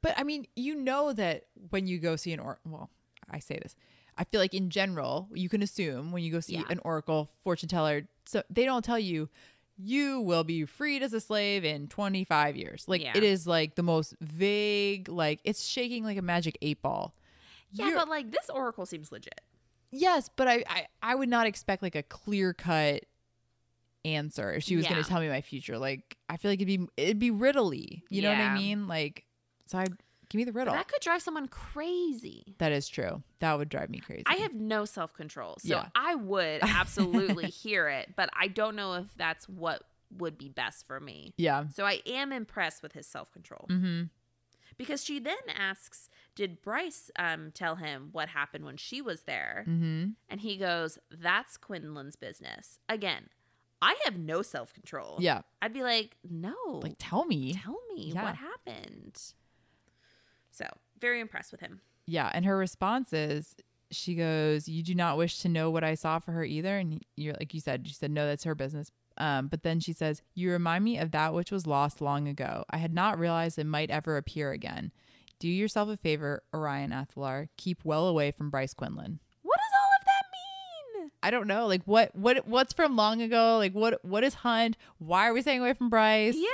C: but I mean, you know that when you go see an or well, I say this, I feel like in general, you can assume when you go see
B: Yeah.
C: an oracle, fortune teller, so they don't tell you you will be freed as a slave in 25 years. Like,
B: Yeah.
C: it is like the most vague, like, it's shaking like a magic eight ball.
B: Yeah,
C: You're-
B: but like this oracle seems legit.
C: Yes, but I, I I would not expect like a clear cut answer if she was going
B: Yeah.
C: to tell me my future. Like I feel like it'd be it'd be riddly. You know what
B: Yeah.
C: I mean? Like so I give me the riddle.
B: That could drive someone crazy.
C: that is true. That would drive me crazy.
B: I have no self control, so
C: Yeah.
B: I
C: (laughs)
B: would absolutely hear it, but I don't know if that's what would be best for me.
C: yeah.
B: So I am impressed with his self control
C: Mhm.
B: because she then asks, "Did Bryce um, tell him what happened when she was there?"
C: Mhm.
B: And he goes, "That's Quinlan's business." Again, I have no self control.
C: Yeah.
B: I'd be like, "No,
C: Like tell me.
B: tell me
C: Yeah.
B: what happened." So very impressed with him.
C: Yeah, and her response is she goes, "You do not wish to know what I saw for her either." And you're like you said, she said, "No, that's her business." Um, but then she says, "You remind me of that which was lost long ago. I had not realized it might ever appear again. Do yourself a favor, Orion Athelar. Keep well away from Bryce Quinlan."
B: What does all of that mean?
C: I don't know, like what what what's from long ago? Like what what is Hunt? Why are we staying away from Bryce?
B: Yeah.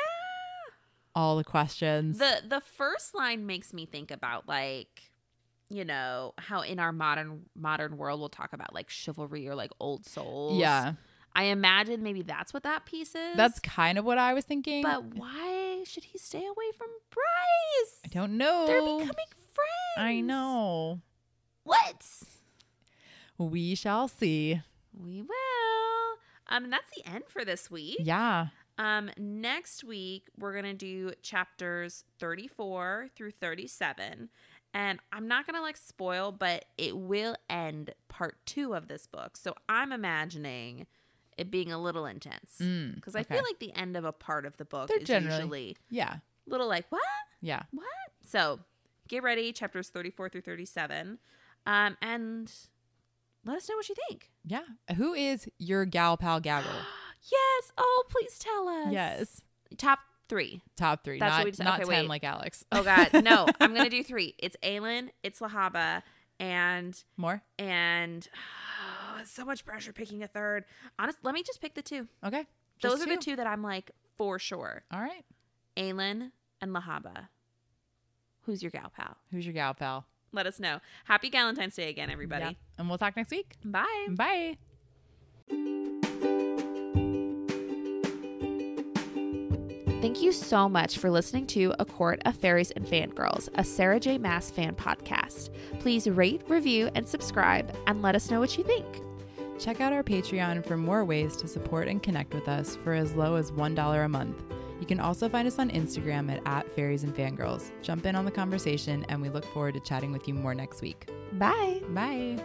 C: All the questions.
B: The the first line makes me think about like you know how in our modern modern world we'll talk about like chivalry or like old souls.
C: yeah,
B: I imagine maybe that's what that piece is.
C: that's kind of what I was thinking.
B: But why should he stay away from Bryce?
C: I don't know.
B: They're becoming friends.
C: I know.
B: What?
C: We shall see.
B: We will. Um, and that's the end for this week.
C: Yeah.
B: Um, next week we're gonna do chapters 34 through 37, and I'm not gonna like spoil, but it will end part two of this book. So I'm imagining it being a little intense
C: Mm,
B: because I
C: okay.
B: feel like the end of a part of the book
C: They're
B: is
C: generally-
B: usually
C: Yeah.
B: a little like what?
C: Yeah.
B: What? So get ready, chapters 34 through 37. Um, and let us know what you think.
C: Yeah. Who is your gal
B: (gasps)
C: pal gabble?
B: Yes. Oh, please tell us.
C: yes.
B: Top three.
C: Top three.
B: That's what
C: not
B: we just-
C: not
B: okay,
C: ten
B: wait.
C: like Alex.
B: Oh
C: (laughs)
B: God. No, I'm gonna do three. It's Aelin, it's Lahaba, and
C: More?
B: and (sighs) so much pressure picking a third. Honest let me just pick the two.
C: Okay.
B: Those
C: Just
B: are the two that I'm like for sure.
C: All right.
B: Aelin and Lahaba. Who's your gal pal?
C: Who's your gal pal?
B: Let us know. Happy Valentine's Day again, everybody.
C: Yeah. And we'll talk next week.
B: Bye.
C: Bye.
B: Thank you so much for listening to A Court of Fairies and Fangirls, a Sarah J. Mass fan podcast. Please rate, review, and subscribe, and let us know what you think.
C: Check out our Patreon for more ways to support and connect with us for as low as $1 a month. You can also find us on Instagram at, at fairies and fangirls. Jump in on the conversation and we look forward to chatting with you more next week.
B: Bye.
C: Bye.